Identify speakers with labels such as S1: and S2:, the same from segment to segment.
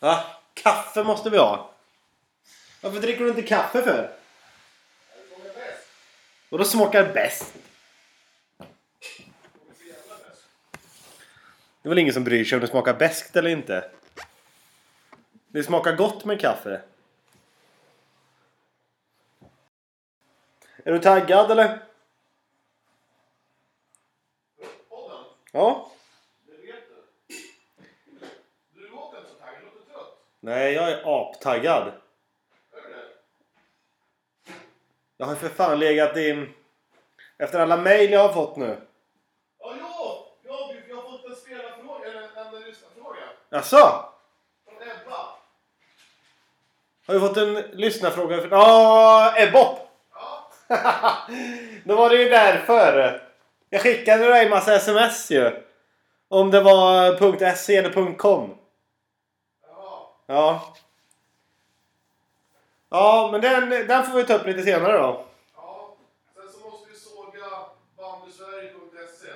S1: Va? Kaffe måste vi ha. Varför dricker du inte kaffe för? Och då smakar bäst. Det är väl ingen som bryr sig om det smakar bäst eller inte. Det smakar gott med kaffe. Är du taggad eller?
S2: Podden,
S1: Ja.
S2: det vet du. Du låter inte så taggad, du låter trött.
S1: Nej, jag är aptaggad.
S2: Är du det?
S1: Jag har för fan legat i... Efter alla mejl jag har fått nu.
S2: Ja, ja! ja vi- jag har fått en spelarfråga, eller en, en lyssnarfråga.
S1: Jaså?
S2: Från Ebba.
S1: Har vi fått en lyssnarfråga? från- Ja, Ebbop!
S2: Ja,
S1: Då var det ju därför. Jag skickade dig en massa sms ju. Om det var .se eller .com.
S2: jaha.
S1: Ja. Ja, men den, den får vi ta upp lite senare då.
S2: Ja. Sen så måste vi såga bandysverige.se.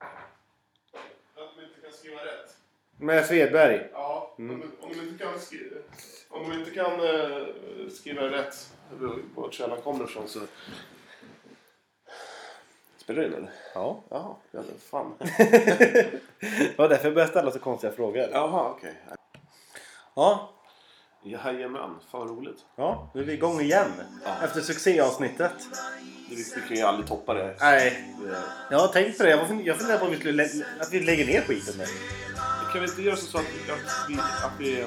S2: E. Att de inte kan skriva rätt.
S1: Med Svedberg.
S2: Ja, om, om de inte kan skriva, om de inte kan eh, skriva rätt på källan kommer ifrån så... Spelar du in eller?
S1: Ja.
S2: Jaha, ja, det- fan.
S1: Det var därför jag började ställa så konstiga frågor.
S2: Jaha, okej.
S1: Ja.
S2: Jajamän, fan roligt.
S1: Ja, nu är vi igång igen. Efter succéavsnittet.
S2: Vi, vi kan ju aldrig toppa det. Eh,
S1: Nej,
S2: Det-
S1: jag har tänkt på det. Jag fun- jag funderar på om vi skulle lä- att vi lägger ner skiten nu.
S2: Kan vi inte göra så så att, att, vi, att, vi,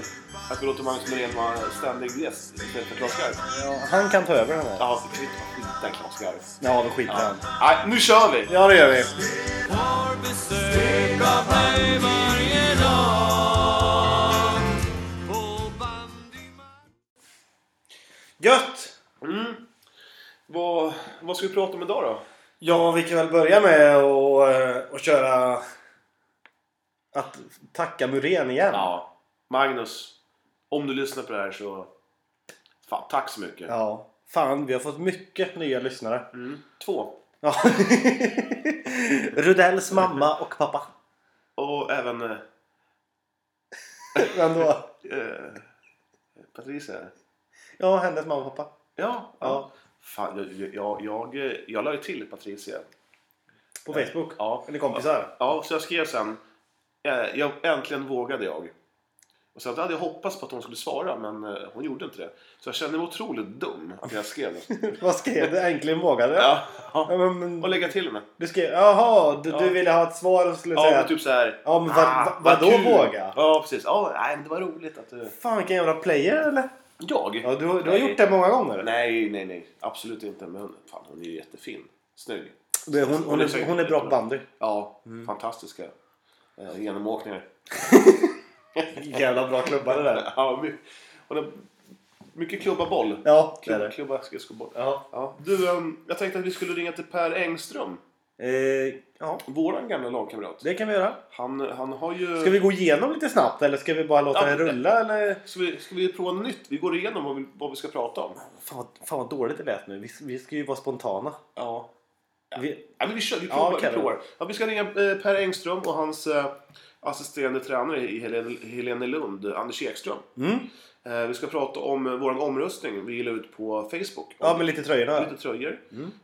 S2: att vi låter Magnus Norén vara ständig gäst istället för Klas Garp?
S1: Ja, han kan ta över den här.
S2: Ja, det kan vi inte skita i Klas Garp.
S1: Ja, då skiter
S2: Ja.
S1: han.
S2: Nej, nu kör vi!
S1: Ja, det gör vi.
S3: Har besök av mig varje dag På bandymatch
S1: Gött!
S2: Mm. Vad, vad ska vi prata om idag då?
S1: Ja, vi kan väl börja med att eh, att köra... Att tacka Muren igen.
S2: Ja, Magnus. Om du lyssnar på det här så... Fan, tack så mycket.
S1: Ja. Fan, vi har fått mycket nya lyssnare.
S2: Mm. Två.
S1: Ja. Rudells mamma och pappa.
S2: Och även eh,
S1: Men då?
S2: eh, Patricia.
S1: Ja, hennes mamma och pappa.
S2: Ja,
S1: Ja.
S2: ja. Fan, jag, jag, jag, jag la ju till Patricia.
S1: På Facebook.
S2: Ja.
S1: Eller kompisar.
S2: Ja, så jag skrev sen. eh, Jag, äntligen vågade jag. Och sen hade jag hoppats på att hon skulle svara, men eh, hon gjorde inte det. Så jag kände mig otroligt dum att jag skrev det.
S1: Vad skrev du? Äntligen vågade jag.
S2: Ja,
S1: Ja,
S2: ja.
S1: men, men,
S2: Och lägga till henne.
S1: du skrev... Jaha, du, du
S2: Ja.
S1: ville ha ett svar och skulle
S2: Ja,
S1: säga...
S2: men typ så här.
S1: Ja, men vad- vad- vadå
S2: kul.
S1: våga?
S2: Ja, precis. Ja, nej, men det var roligt att du...
S1: Fan vilken jävla player eller?
S2: Jag?
S1: Ja, du, du har
S2: Nej.
S1: gjort det många gånger.
S2: Nej, nej, nej. Absolut inte. Men hon- fan, hon är ju jättefin. Snygg.
S1: Du, Hon, hon, är,
S2: säkert
S1: hon är bra på
S2: jättebra.
S1: bandy.
S2: Ja, fantastiska eh, genomåkningar.
S1: Jävla bra klubba det där.
S2: Ja, my- hon har mycket klubba boll.
S1: Ja, det är
S2: Klubba,
S1: det.
S2: klubba skridskoboll.
S1: Ja.
S2: Ja. Du, ehm, jag tänkte att vi skulle ringa till Per Engström.
S1: Eh, ja,
S2: Våran gamla lagkamrat.
S1: det kan vi göra.
S2: Han, han har ju...
S1: Ska vi gå igenom lite snabbt eller ska vi bara låta
S2: Ja,
S1: den
S2: men-
S1: rulla? Eller?
S2: Ska vi, ska vi prova något nytt? Vi går igenom vad vi, vad vi ska prata om.
S1: Fan, vad- fan vad dåligt det lät nu. Vi, vi ska ju vara spontana.
S2: Ja.
S1: Vi,
S2: Ja, men vi kör, vi
S1: Ja,
S2: provar.
S1: okej
S2: vi,
S1: då.
S2: provar. Ja, vi ska ringa eh, Per Engström och hans eh, assisterande tränare i Helen- Helene Lund, eh, Anders Ekström.
S1: mm.
S2: Eh, vi ska prata om eh, vår omröstning vi la ut på Facebook.
S1: Ja, Mm.
S2: Om
S1: med lite tröjorna.
S2: Lite tröjor.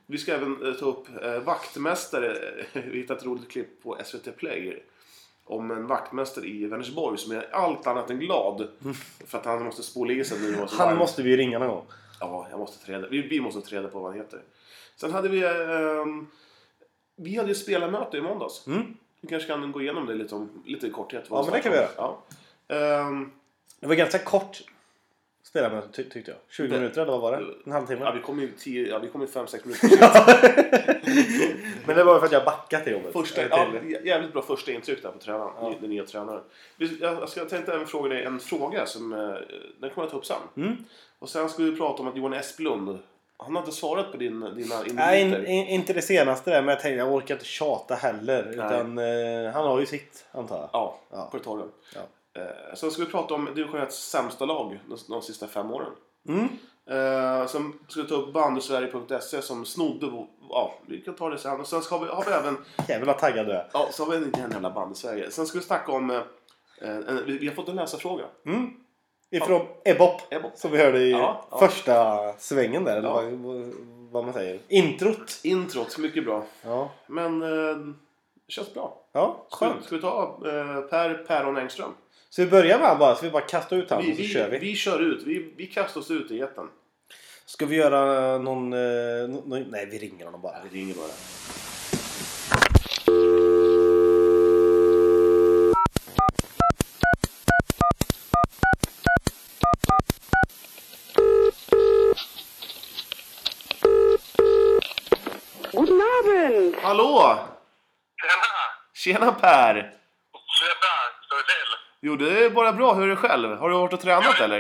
S2: Vi ska även eh, ta upp eh, vaktmästare. vi hittade ett roligt klipp på SVT Play. Om en vaktmästare i Vänersborg som är allt annat än glad. För att han måste spola i sig nu. och så
S1: Mm. Han
S2: varmt.
S1: måste vi ju ringa någon gång.
S2: Ja, jag måste träda. Vi, vi måste träda på vad han heter. Sen hade vi... ehm, vi hade ju spelarmöte i måndags.
S1: Mm.
S2: Vi kanske kan gå igenom det lite, om, lite i korthet.
S1: Ja, men det kan vi göra.
S2: Ja. Ehm,
S1: Det var ganska kort spelarmöte ty, tyckte jag. 20 minuter eller vad var det? En halvtimme?
S2: ja, vi kom ju tio- ja, vi kom ju fem, sex minuter sent.
S1: Men det var ju för att jag backat till jobbet.
S2: Första, ja,
S1: Eh, Till-
S2: jä- jävligt bra första intryck där på tränaren, ny- den nya tränaren. Vi- Jag, jag ska- jag tänkte även fråga dig en fråga som eh, den kommer jag ta upp sen.
S1: Mm.
S2: Och sen ska vi prata om att Johan Esplund, han har inte svarat på din, dina
S1: Nej, in,
S2: inviter.
S1: in, inte det senaste där, men jag tänkte jag orkar inte tjata heller. Utan eh, han har ju sitt, antar jag.
S2: Ja,
S1: Ja.
S2: på ditt
S1: Ja.
S2: Eh, sen ska vi prata om division 1 sämsta lag de, de sista fem åren.
S1: Mm.
S2: Eh, sen ska vi ta upp bandysverige.se som snodde vår- Ja, vi kan ta det sen. Och sen ska vi, har vi även
S1: Jävlar vad taggad du är.
S2: Ja, så har vi en jävla band i Sverige. Sen ska vi snacka om eh, Eh, en- vi, vi har fått en läsarfråga.
S1: Mm. Ifrån Ebop.
S2: Ebop.
S1: Som vi hörde i
S2: Ja, ja.
S1: första svängen där. Eller
S2: Ja.
S1: vad, vad- vad man säger. Introt.
S2: Introt, mycket bra.
S1: Ja.
S2: Men eh, känns bra.
S1: Ja,
S2: Ska,
S1: skönt.
S2: ska vi ta eh, Per Päron Engström?
S1: Så vi börjar med han bara. Så vi bara kastar ut han
S2: Vi,
S1: och så kör
S2: vi,
S1: vi.
S2: vi kör ut. Vi, vi kastar oss ut i etern.
S1: Ska vi göra någon, eh, nå- nå- Nej, vi ringer honom bara.
S2: Vi ringer bara.
S4: Guten Abend.
S2: Hallå!
S5: Tjena!
S2: Tjena Per!
S5: Tjena! Står det till?
S2: Jo, det är bara bra. Hur är det själv? Har du varit och tränat eller?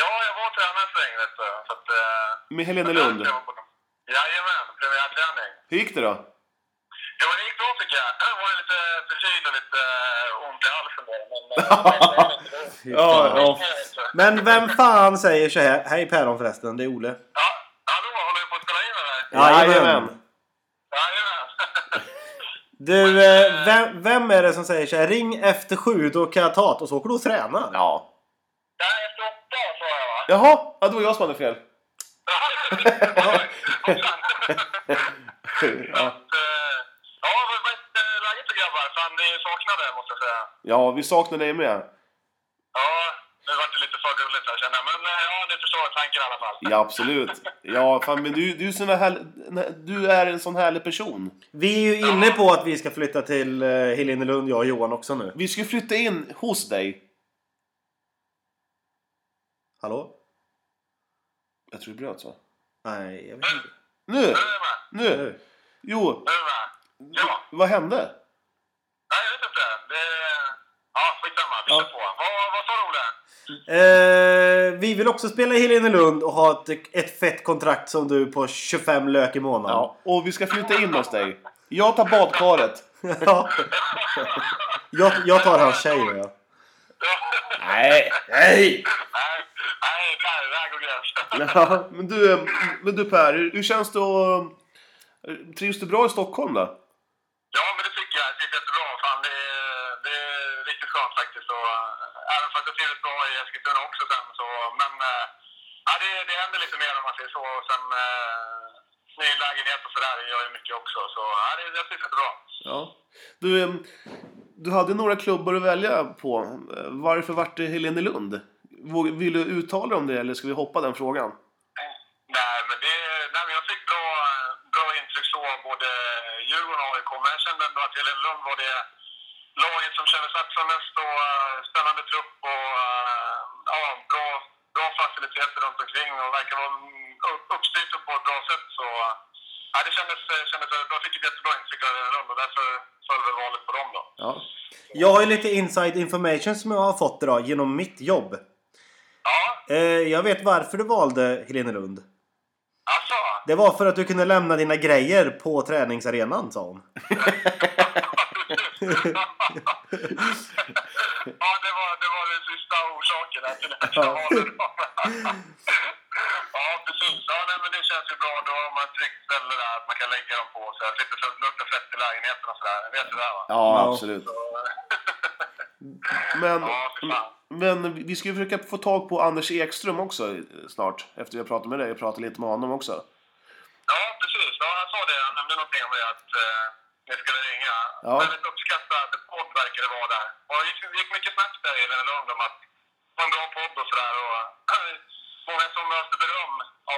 S5: Ja, jag var och tränade en sväng vet du. Så att, eh,
S2: Med Helene Lund?
S5: jag var på dem. Jajamän, premiärträning.
S2: Hur gick det då?
S5: Ja, men det gick bra tycker jag. Jag var lite förkyld och lite eh, ont i halsen där. Men, eh,
S1: Ja, ja. Typ Men vem fan säger så här? Hej Päron förresten, det är Ole.
S5: Ja, hallå, håller du på att spela in eller?
S2: Jajamän.
S5: Jajamän!
S1: Du, eh, vem, vem är det som säger så här? Ring efter sju, då kan jag ta det. Och så åker du och tränar.
S2: Ja.
S5: Ja, efter åtta sa jag va?
S2: Jaha, ja, det var jag som hade fel.
S5: Så
S2: Ja,
S5: att, eh, Ja, vad vad är läget då eh, grabbar? Fan, ni saknade måste jag säga.
S2: ja vi saknar dig med.
S5: Ja, nu vart det lite för gulligt här känner jag. Men eh, ja, ni förstår tanken i alla fall.
S2: Ja, absolut. Ja, fan, men du, du, är sån där härl- du är en sån härlig person.
S1: Vi är ju inne på att vi ska flytta till eh, Helenelund, jag och Johan också nu.
S2: Vi ska flytta in hos dig.
S1: Hallå?
S2: Jag tror det bröt va?
S1: Nej, jag vet inte.
S2: Nu!
S5: Nu är
S2: Nu!
S5: jag med.
S1: Nu.
S2: Jo,
S5: Nu är jag med. Ja.
S2: vad hände?
S5: Nej, jag vet inte. Det... Ja, skitsamma. Vi kör på. Vad, vad sa du, Olle?
S1: Eh, vi vill också spela i Helenelund och ha ett, ett fett kontrakt som du på 25 lök i månaden.
S2: Ja, och vi ska flytta in hos dig. Jag tar badkaret.
S1: Ja. jag, jag tar hans tjej då, ja.
S2: Nej! Nej!
S5: Nej, nej, där, där går gränsen.
S2: Ja, men du, eh, men du Per, hur hur känns det att... eh, Trivs du bra i Stockholm då?
S5: Ja, men det tycker jag. Det känns jättebra. Fan, det, är- det är riktigt skönt faktiskt. Och, eh, även fast jag trivdes bra i Eskilstuna också sen, så... Men... eh, Ja, det, det händer lite mer om man säger så. Och sen... Eh, ny lägenhet och sådär gör ju mycket också. Så ja, det, jag trivs jättebra.
S2: Ja. Du, eh, du hade några klubbar att välja på. Eh, Varför vart det Helenelund? Våg- Vill du uttala dig om det eller ska vi hoppa den frågan?
S5: Nej, men det, nej, men jag fick bra, bra intryck så av både Djurgården och AIK. Men jag kände ändå att Helenlund var det laget som kändes satsade mest och eh, spännande trupp och eh, ja, bra, bra faciliteter runt omkring och verkar vara mm, upp- uppstyrt på ett bra sätt. Så, eh, ja, det kändes, eh, kändes väldigt bra. Jag fick ett jättebra intryck av Helenlund och därför föll väl valet på dem då.
S2: Ja.
S1: Jag har ju lite inside information som jag har fått idag genom mitt jobb.
S5: Ja,
S1: Eh, jag vet varför du valde Helenelund.
S5: alltså.
S1: Det var för att du kunde lämna dina grejer på träningsarenan, sa hon.
S5: ja, det var, det var den sista orsaken här till att jag valde dem. ja, precis. Ja, nej, men det känns ju bra. Då har man ett tryggt ställe där att man kan lägga dem på. Så jag slipper lukta fett i lägenheten och sådär. Vet du det va?
S1: Ja.
S2: Ja, absolut. Men,
S5: Ja, för fan.
S2: men vi ska ju försöka få tag på Anders Ekström också eh, snart. Efter vi har pratat med dig och pratat lite med honom också.
S5: Ja, precis. Ja, han sa det. Han nämnde någonting om det att eh, ni skulle ringa.
S2: Ja.
S5: Väldigt uppskattad podd verkar det vara där. Och det gick, det gick mycket snack där i Lund om att få en bra podd och sådär. Och, många som öste beröm. Ja,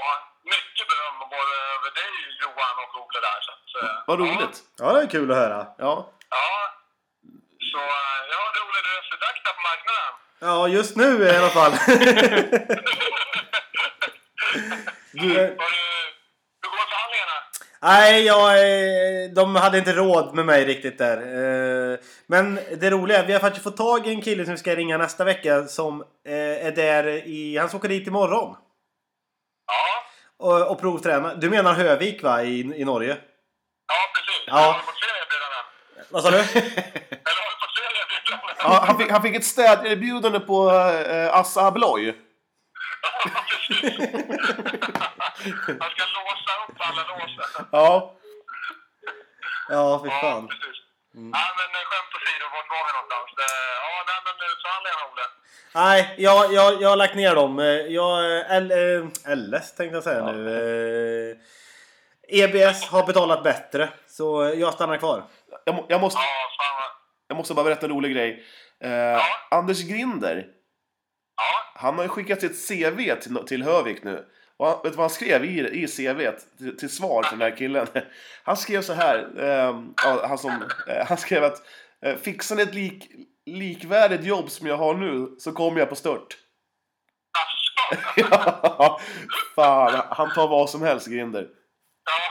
S5: mycket beröm både över dig Johan och Ole där. Så att, eh,
S2: Vad roligt!
S1: Ja, det är kul att höra.
S2: Ja.
S5: Ja, ja. Så eh, ja, det Ole, du är så dags där på marknaden.
S1: Ja, just nu i alla fall. Eh,
S5: Har du, hur går förhandlingarna?
S1: Nej, jag, eh, de hade inte råd med mig riktigt där. Eh, Men det roliga, är att vi har faktiskt fått tag i en kille som vi ska ringa nästa vecka som eh, är där i... Han ska åka dit imorgon
S5: Ja,
S1: och, och provträna. Du menar Hövik va, i, i Norge?
S5: ja precis.
S1: Ja.
S5: Har du fått se erbjudanden?
S1: Vad sa du?
S5: Eller har du fått se erbjudanden?
S2: Ja, han, fick, han fick ett städerbjudande på eh, Assa Abloy.
S5: Han ska låsa upp alla låsen.
S2: Ja.
S1: Ja, fy
S5: Ja,
S1: fan. Mm.
S5: precis. Nej, men eh, skämt åsido, vart var vi någonstans? Eh, Ja, nej, men eh, förhandlingarna, Olle.
S1: Nej, jag, jag, jag har lagt ner dem. Eh, Jag, eh, L, eh, LS tänkte jag säga nu. Eh, EBS har betalat bättre, så jag stannar kvar.
S2: Jag, må- jag, måste,
S5: Ja, fan vad...
S2: jag måste bara berätta en rolig grej. Eh, Anders Grinder,
S5: Ja,
S2: han har ju skickat sitt CV till, no- till Hövik nu. Och han, vet du vad han skrev i, i CVt till, till svar till den här killen? Han skrev så här, eh, ja, han, som, eh, han skrev att eh, fixar ni ett lik, likvärdigt jobb som jag har nu så kommer jag på stört.
S5: asså.
S2: Ja, Fan, han tar vad som helst Grinder.
S5: Ja,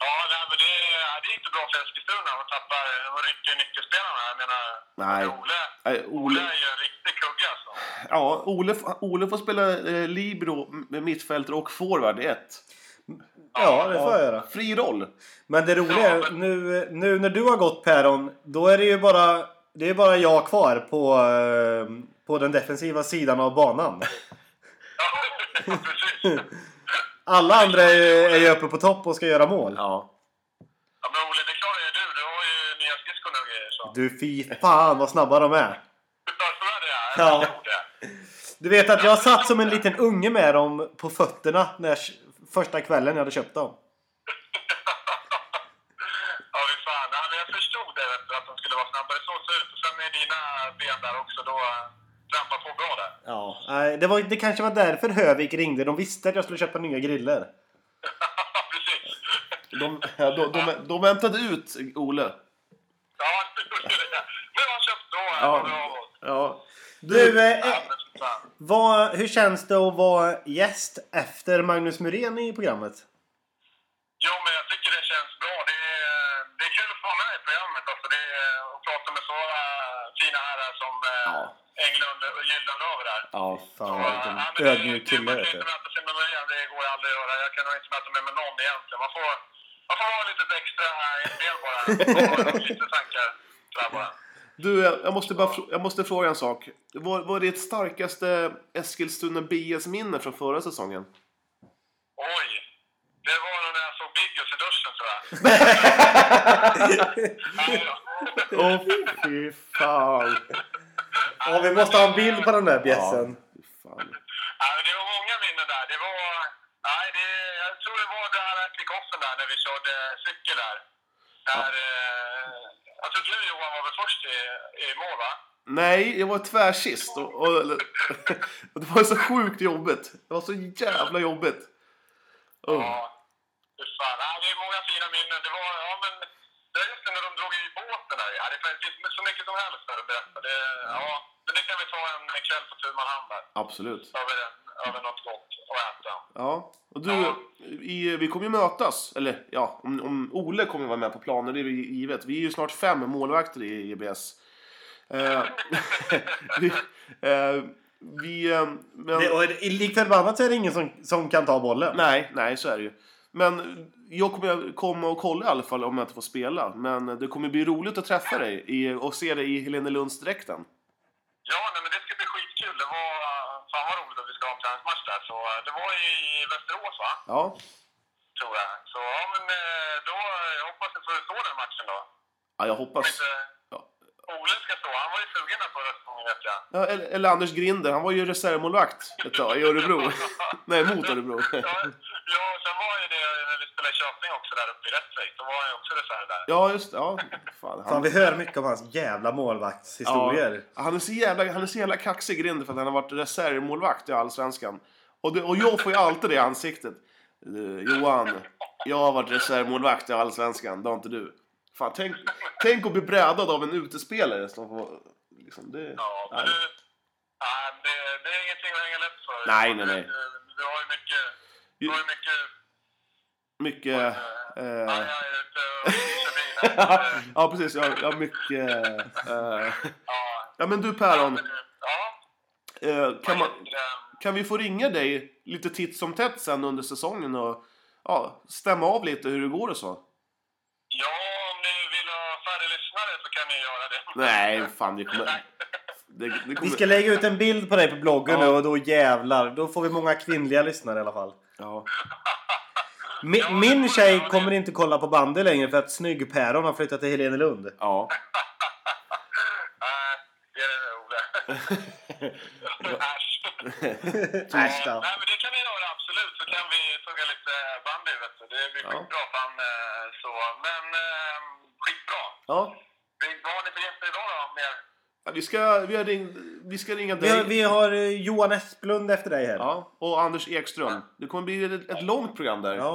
S5: ja nej, men det, ja, det är inte bra för Eskilstuna. eh, Man tappar, man rycker nyckelspelarna. Jag menar,
S2: Nej.
S5: Ole,
S2: Nej, Ole,
S5: Ole är ju en riktig kugge alltså.
S2: ja, Ole, f- Ole får spela eh, libero med mittfältare och forward i ett.
S1: Ja, det får jag göra.
S2: Fri roll.
S1: Men det roliga är, nu, nu när du har gått Päron, då är det ju bara, det är bara jag kvar på, eh, på den defensiva sidan av banan.
S5: Ja, precis.
S1: Alla andra är ju, är ju uppe på topp och ska göra mål.
S2: Ja.
S5: Ja, men Ole, det klarar ju du. Du har ju nya skridskor nu och grejer. Så.
S1: Du, fy fan vad snabba de är.
S5: Förstår du det? här?
S1: Ja.
S5: Jag tror det.
S1: Du vet att jag satt som en liten unge med dem på fötterna när jag, första kvällen jag hade köpt dem.
S5: Ja, fy fan. Ja, men jag förstod det, vet du, att de skulle vara snabbare. Så ser det ut. Och sen med dina ben där också, då eh, trampar på bra där.
S1: Ja, nej, det, var, det kanske var därför Hövik ringde. De visste att jag skulle köpa nya griller.
S5: precis.
S2: De, ja, de, de, de väntade ut Ole.
S5: Ja, det gjorde det. Nu har jag köpt då.
S2: Ja.
S5: Ja. Bra.
S2: Ja.
S1: Du, eh,
S5: Ja, men fy fan.
S1: vad, hur känns det att vara gäst efter Magnus Muren i programmet?
S5: Jo, men jag tycker det känns bra. Det är, eh, det är kul att få vara med i programmet. Alltså, det är, och prata med så eh, fina herrar som eh,
S2: Ja.
S5: Englund och Gyldenlöver där.
S2: Ja,
S5: Så,
S1: Fan,
S5: eh,
S1: vilken
S5: ja, men det-
S1: ödmjuk
S5: det-
S1: kille
S5: Man
S1: vet
S5: kan
S1: du.
S5: inte mäta sig med mig igen. Det går aldrig att göra. Jag kan nog inte mäta mig med någon egentligen. Man får, man får vara lite extra i spel bara. Man får lite tankar. Där bara.
S2: Du, eh, jag jag måste, bara, frå- jag måste fråga en sak. Vad vad är ditt starkaste Eskilstuna BS-minne från förra säsongen?
S5: Oj! Det var nog när jag såg Biggus i duschen tror jag. Ja, ja.
S2: Åh, fy fan.
S1: Ja, vi måste ha en bild på den där bjässen.
S2: Ja, fy fan.
S5: Ja, men det var många minnen där. Det var... Nej, det, jag tror det var där kickoffen där när vi körde cykel där. där eh, jag tror du Johan var väl först i, i mål va?
S2: Nej, jag var tvärsist. Och, och, och det var så sjukt jobbigt. Det var så jävla jobbigt.
S5: Ja.
S2: Oh.
S5: Fy fan. Ja, det är många fina minnen. Det var... Ja, men... Det är just det, när de drog i båten där. Ja, det finns så mycket som helst där att berätta. Det, ja, men det kan vi ta en kväll på tu man hand där.
S2: Absolut.
S5: Över, över något gott att äta.
S2: Ja. Och du, i, vi kommer ju mötas. Eller ja, om, om Ole kommer vara med på planen, det är ju givet. Vi är ju snart fem målvakter i EBS. Eh, vi, eh, vi, eh, men,
S1: Det, och i- lik förbannat så är det ingen som, som kan ta bollen.
S2: Nej, nej så är det ju. Men jag kommer komma och kolla i alla fall om jag inte får spela. Men det kommer bli roligt att träffa dig i, och se dig i Helenelundsdräkten.
S5: Ja, nej, men det ska bli skitkul. Det var... Fan vad roligt att vi ska ha en träningsmatch där. Så, eh, det var i Västerås va?
S2: Ja.
S5: Tror jag. Så ja, men eh, då... eh, Jag hoppas att du får stå den matchen då.
S2: Ja, jag
S5: Om
S2: hoppas.
S5: inte
S2: Ja.
S5: Ole ska stå. Han var ju sugen där förra säsongen vet jag.
S2: Ja, eller, eller Anders Grinder, han var ju reservmålvakt ett tag i Örebro. Nej, mot Örebro.
S5: ja, ja, sen var ju det när vi spelade i Köping också där uppe i Rättvik. Då var han ju också reserv där.
S2: Ja, just det. Ja, fan.
S1: Fan,
S2: Han,
S1: vi hör mycket om hans jävla målvaktshistorier.
S2: Ja, han, är så jävla, han är så jävla kaxig Grinder för att han har varit reservmålvakt i Allsvenskan. Och, det, och jag får ju alltid det i ansiktet. Eh, Johan, jag har varit reservmålvakt i Allsvenskan, det har inte du. Fan, tänk, tänk att bli brädad av en utespelare. Som får, liksom, det,
S5: Ja, men
S2: nej.
S5: du... Nej, det, det är ingenting att hänga läpp för.
S2: Nej, nej, nej.
S5: Du, du har ju mycket... Du har ju mycket...
S2: Mycket...
S5: Aj,
S2: Eh,
S5: aj, ute och kör bil här. Eh,
S2: ja, precis. Jag, jag har mycket... Eh,
S5: Ja.
S2: ja, men du Päron.
S5: men du- Ja.
S2: Eh, kan, man,
S5: vad heter det?
S2: kan vi få ringa dig lite titt som tätt sen under säsongen och ja, stämma av lite hur det går och så?
S5: Ja, om ni vill ha färre lyssnare så kan ni göra det.
S2: Nej, fan det kommer... Det, det
S1: Vi
S2: kommer
S1: ska lägga ut en bild på dig på bloggen
S2: Ja.
S1: nu och då jävlar. Då får vi många kvinnliga lyssnare i alla fall.
S2: ja.
S1: Min, min tjej kommer inte kolla på bandy längre för att snygg-päron har flyttat till Helenelund.
S2: Ja.
S5: Nej, det är det nog det. Äsch.
S1: Äsch
S5: Ja,
S1: då.
S5: Nej, men det kan vi göra absolut. Så kan vi tugga lite bandy, vet du. Det blir
S2: Ja.
S5: skitbra fan eh, så. Men eh, skitbra.
S1: Ja.
S5: Vi- Vad har ni för gäster idag då? Mer?
S2: Ja, Vi ska, vi, har ring, vi ska ringa
S1: Vi har,
S2: dig
S1: vi har eh, Johan Esplund efter dig här.
S2: ja, och Anders Ekström. Det kommer bli ett, ett långt program där.
S1: Ja.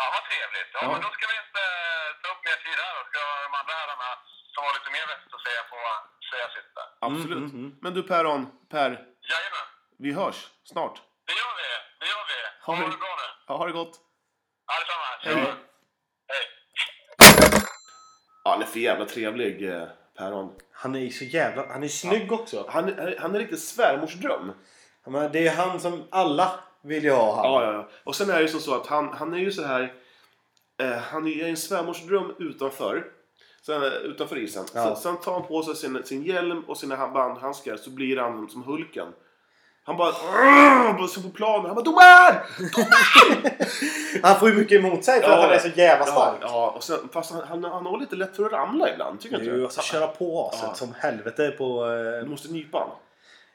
S5: Ja, vad trevligt. Ja,
S2: Ja.
S5: men då ska vi inte eh, ta upp mer tid här. Då ska de andra herrarna som har lite mer vett att säga få säga sitt där.
S1: Mm,
S2: Absolut. Men du Peron, Per,
S5: Jajamän,
S2: vi hörs snart.
S5: det gör vi. Det gör vi. Ha
S2: men-
S5: det bra nu.
S2: Ja, ha det gott.
S5: Ja, detsamma. Tja. Hej.
S2: Ja, han är för jävla trevlig, eh, Peron.
S1: Han är ju så jävla... Han är snygg också.
S2: Han, är- han är riktigt svärmorsdröm.
S1: Ja, men Det är ju han som alla vill ju ha. Han.
S2: Ja, ja, ja. Och sen är det ju som så att han, han är ju så här... Eh, han är ju i en svärmorsdröm utanför. Sen, eh, utanför isen.
S1: Ja.
S2: Sen, sen tar han på sig sin, sin hjälm och sina hand- bandhandskar så blir han som Hulken. Han bara... På, på planen. Han bara domar!
S1: Han får ju mycket emot sig för
S2: Ja,
S1: att han
S2: ja.
S1: är så jävla
S2: Ja,
S1: stark.
S2: ja, och sen, fast han, han, han har lite lätt för att ramla ibland. Tycker
S1: Du,
S2: inte
S1: alltså köra på aset
S2: Ja.
S1: som helvete på...
S2: du? Du
S1: Eh,
S2: måste nypa han.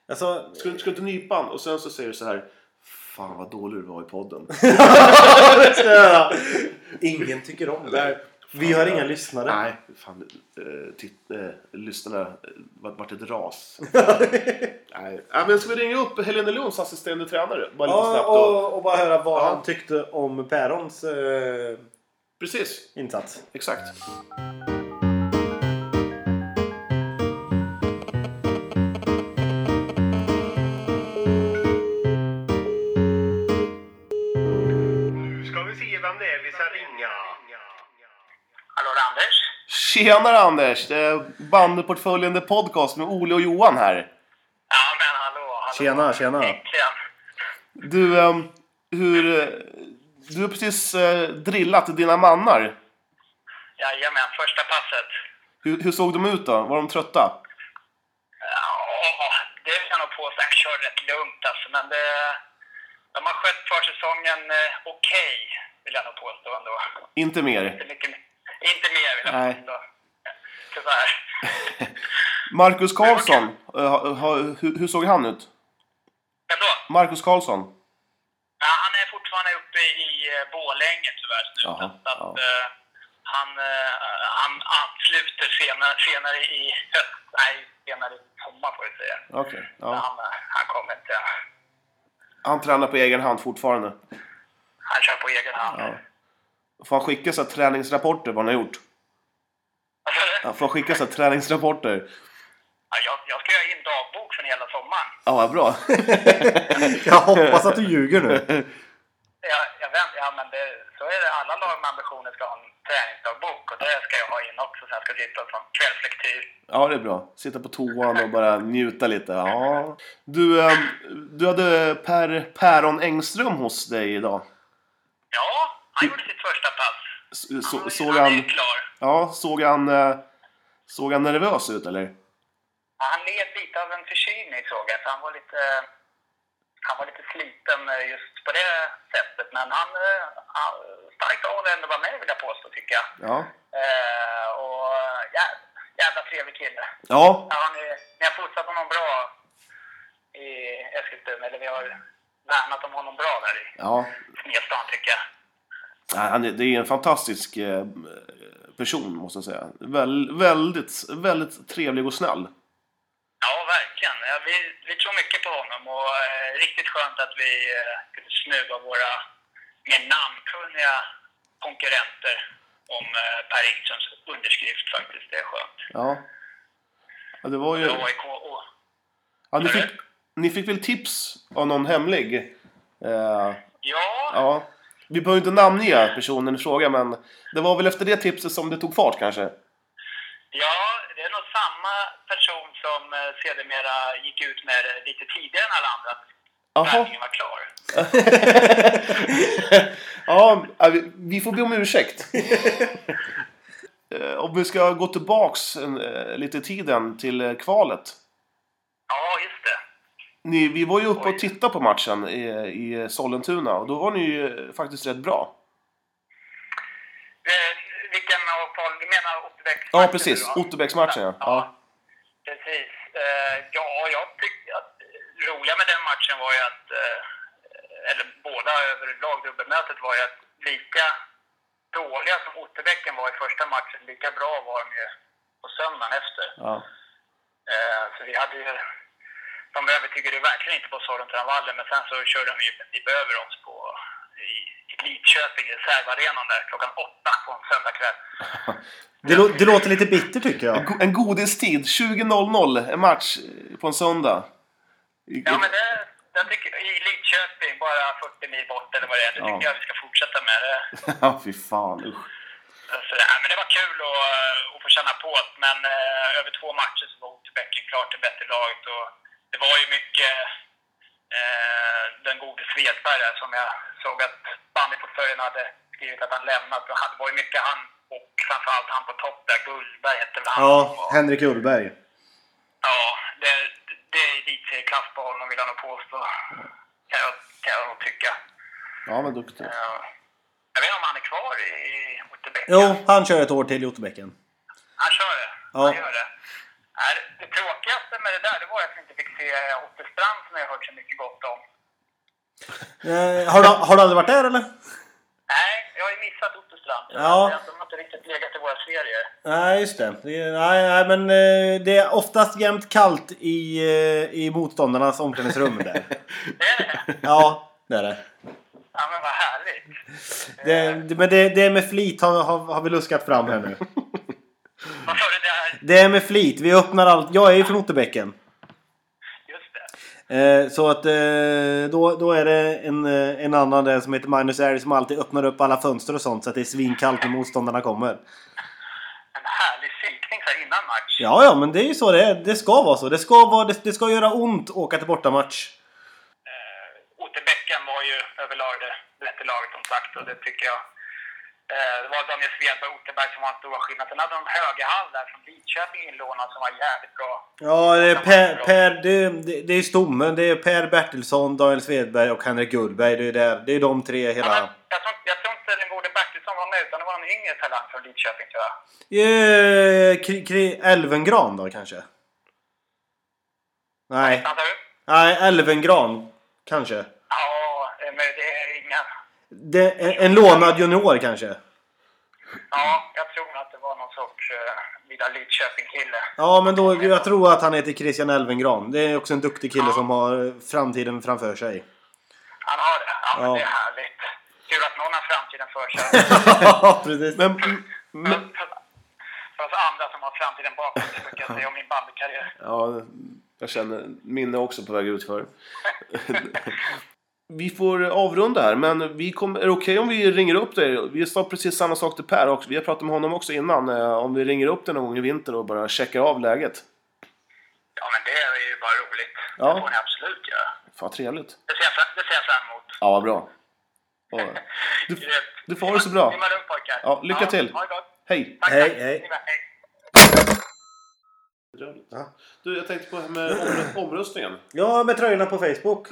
S1: alltså...
S2: Ska, du- ska du inte nypa han? Och sen så säger du så här. Fan vad dålig du var i podden.
S1: Ingen tycker om
S2: Nej.
S1: det. Vi har inga lyssnare.
S2: Nej, fan. Eh, titt, eh, lyssnarna eh, vart vart ett ras. Nej. Ja, men ska vi ringa upp Helene Lunds assisterande tränare? Bara lite
S1: Ja,
S2: snabbt. Och...
S1: och, och bara höra vad
S2: Ja.
S1: han tyckte om Pärons eh,
S2: Precis,
S1: insats.
S2: exakt.
S6: Nu ska vi se vem det är vi ska ringa.
S5: Hallå, det är Anders.
S2: Tjenare Anders! Det är Bandyportföljen The Podcast med Ole och Johan här.
S5: Ja, men hallå. hallå.
S1: Tjena, tjena.
S5: Äntligen.
S2: Du, ehm, hur... eh, Du har precis eh, drillat dina mannar.
S5: Jajamän, första passet.
S2: Hur, hur såg de ut då? Var de trötta?
S5: Ja, det vill jag nog påstå. Jag kör rätt lugnt alltså, men det, de har skött försäsongen eh, okej, vill jag nog påstå ändå.
S2: Inte mer.
S5: Inte, mycket, inte mer vill jag
S2: Nej.
S5: påstå. Tyvärr.
S2: Marcus Karlsson, eh, ha- ha- hur, hur såg han ut?
S5: Men då,
S2: Marcus Karlsson?
S5: ja, han är fortfarande uppe i eh, Borlänge tyvärr nu.
S2: Jaha,
S5: så att,
S2: ja.
S5: eh, han, eh, han ansluter senare, senare i höst. Nej, senare i sommar får vi säga.
S2: Okej. ja.
S5: Han, eh, han kommer inte.
S2: Han tränar på egen hand fortfarande.
S5: Han kör på egen hand.
S2: Ja. Får han skicka så här träningsrapporter vad han har gjort?
S5: Vad sa du?
S2: Ja, får han skicka så här träningsrapporter?
S5: Ja, jag, jag ska göra in dagbok för hela sommaren.
S2: Ja, vad bra.
S1: Jag hoppas att du ljuger nu.
S5: Jag, jag vet, ja, men det, så är det. Alla lag med ambitioner ska ha en träningsdagbok och det ska jag ha in också. Sen ska jag sitta som kvällslektyr.
S2: Ja, det är bra. Sitta på toan och bara njuta lite. Ja. Du, eh, du hade per, Päron Engström hos dig idag.
S5: Ja, han gjorde sitt första pass.
S2: Så, så,
S5: Han-
S2: såg
S5: han är
S2: han,
S5: ju klar.
S2: ja, såg han, eh, såg han nervös ut eller?
S5: Ja, han led lite av en förkylning såg jag, så han var lite... Han var lite sliten eh, just på det sättet, men han... eh, han starkt av honom ändå var med vill jag påstå, tycker jag.
S2: Ja.
S5: Eh, och ja, jävla trevlig kille.
S2: Ja,
S5: Ja, ni, ni har fortsatt honom bra i Eskilstuna, eller vi har värnat om honom bra där i
S2: ja.
S5: Smedstan tycker jag.
S2: Nej, Han, är- det är en fantastisk eh, person måste jag säga. Väl, väldigt, väldigt trevlig och snäll.
S5: Ja, verkligen. Ja, vi, vi tror mycket på honom och eh, riktigt skönt att vi eh, kunde snuva våra mer namnkunniga konkurrenter om eh, Per Engströms underskrift faktiskt. Det är skönt.
S2: Ja. ja det var ju...
S5: Och AIK och...
S2: Ja, ni, fick, ni fick väl tips av någon hemlig? Eh,
S5: Ja,
S2: ja. Vi behöver inte namnge personen i fråga, men det var väl efter det tipset som det tog fart kanske?
S5: Ja, det är nog samma person som eh, sedermera gick ut med det lite tidigare än alla andra.
S2: Jaha.
S5: Värvningen var klar.
S2: Ja, ja, vi- vi får be om ursäkt. Eh, om vi ska gå tillbaks en, eh, lite i tiden till eh, kvalet.
S5: Ja, just det.
S2: Ni, vi var ju uppe och tittade på matchen i, i Sollentuna och då var ni ju faktiskt rätt bra.
S5: Eh, vilken avtal? Du menar Otterbäck?
S2: Ja, precis. Otterbäcksmatchen ja. ja.
S5: Precis. Eh, ja, jag tyckte att det roliga med den matchen var ju att, eh, eller båda överlag dubbelmötet var ju att lika dåliga som Otterbäcken var i första matchen, lika bra var de ju på söndagen efter.
S2: ja.
S5: Eh, så vi hade ju, de övertygade ju verkligen inte på Sollentuna-vallen, men sen så körde de ju i princip över oss på, i, i Lidköping, i reservarenan där, klockan åtta på en söndagkväll.
S1: Det, lå- det låter lite bitter tycker jag.
S2: Go- En godistid. 20.00 en match eh, på en söndag. I-
S5: Ja, men det, den tycker, i Lidköping, bara 40 mil bort eller vad det är, det
S2: Ja.
S5: tycker jag vi ska fortsätta med. Det,
S2: Ja, fy fan. usch.
S5: alltså, ja, men det var kul att, eh, att få känna på det, men eh, över två matcher så var Otterbäcken klart det bättre laget och det var ju mycket eh, den gode Svedberg där som jag såg att bandyportföljen hade skrivit att han lämnat. Och han- Det var ju mycket han och framförallt han på topp där, Gullberg hette väl han. som
S1: Ja,
S5: var-
S1: Henrik Ullberg.
S5: Ja, det, det är elitserieklass på honom vill jag nog påstå. Kan jag, kan jag nog tycka.
S2: Ja, men duktig.
S5: Ja. Jag vet inte om han är kvar i, i Otterbäcken.
S1: Jo, han kör ett år till i Otterbäcken.
S5: Han kör det.
S1: Ja.
S5: Han gör det. Nej, Det tråkigaste med det där det var att vi inte fick se Otterstrand som jag har hört så mycket gott om.
S1: Eh, har, du, har du aldrig varit där eller?
S5: Nej, jag har ju missat Otterstrand.
S1: Ja.
S5: De har inte riktigt legat i våra serier.
S1: Nej, just det. det är- nej, nej, men eh, det är oftast jämnt kallt i, eh, i motståndarnas omklädningsrum där.
S5: Det är det.
S1: Ja, det är det.
S5: Ja, men vad härligt.
S1: det, det men det, det är med flit har, har, har vi luskat fram här nu.
S5: Vad sa du där?
S1: Det är med flit. Vi öppnar allt. Jag är ju från Otterbäcken.
S5: Just det.
S1: Eh, så att eh, då, då är det en, eh, en annan där som heter Magnus Eri som alltid öppnar upp alla fönster och sånt så att det är svinkallt när motståndarna kommer.
S5: En härlig psykning så här innan match.
S1: Ja, ja, men det är ju så det är. Det ska vara så. Det ska, vara, det, det ska göra ont att åka till bortamatch.
S5: Otterbäcken var ju överlag det bättre laget som sagt och det tycker jag. Eh, Det var Daniel Svedberg och Otterberg som var den stora skillnaden. Sen hade de Högehall där från Lidköping inlånad som var jävligt bra.
S1: Ja, det är Per, per det, det, det är stommen. Det är Per Bertilsson, Daniel Svedberg och Henrik Gullberg. Det är, där, det är de tre
S5: Ja, men
S1: hela...
S5: jag, tror, inte- jag tror inte den gode Bertilsson var med utan det var en yngre talang från Lidköping tror jag.
S2: Mm.
S1: Eh, kri, kri, Elvengran då kanske? Nej,
S5: Vad sa du?
S1: nej Elvengran kanske.
S5: Ja, eh, men det är inga...
S1: Det, en, en lånad junior kanske?
S5: Ja, jag tror att det var någon sorts eh, lilla Lidköping-kille.
S1: Ja, men då, jag tror att han heter Christian Elvengran. Det är också en duktig kille som har eh, framtiden framför sig.
S5: Han har det. Ja, men
S1: Ja.
S5: det är härligt. Tur att någon har framtiden för sig.
S1: Ja, precis.
S2: Men, men,
S5: för oss andra som har framtiden bakom sig brukar jag säga om min bandykarriär.
S2: ja, jag känner minne också på väg utför. Vi får avrunda här, men vi kom, är det okej om vi ringer upp dig? Vi sa precis samma sak till Per också. Vi har pratat med honom också innan. eh, Om vi ringer upp dig någon gång i vinter och bara checkar av läget.
S5: Ja, men det är ju bara roligt.
S2: Ja.
S5: Det får ni absolut göra.
S2: Fan, trevligt.
S5: Det ser jag, fram- det ser jag fram emot.
S2: Ja, vad bra. Och, du, du får ha det så bra.
S5: Simma lugnt pojkar.
S2: Ja, lycka till.
S5: Ha det gott.
S2: Hej!
S5: Tack,
S1: Hej,
S5: tack.
S1: hej.
S5: Ni med. hej.
S2: Du, jag tänkte på det här med omrö- omröstningen.
S1: Ja, med tröjorna på Facebook.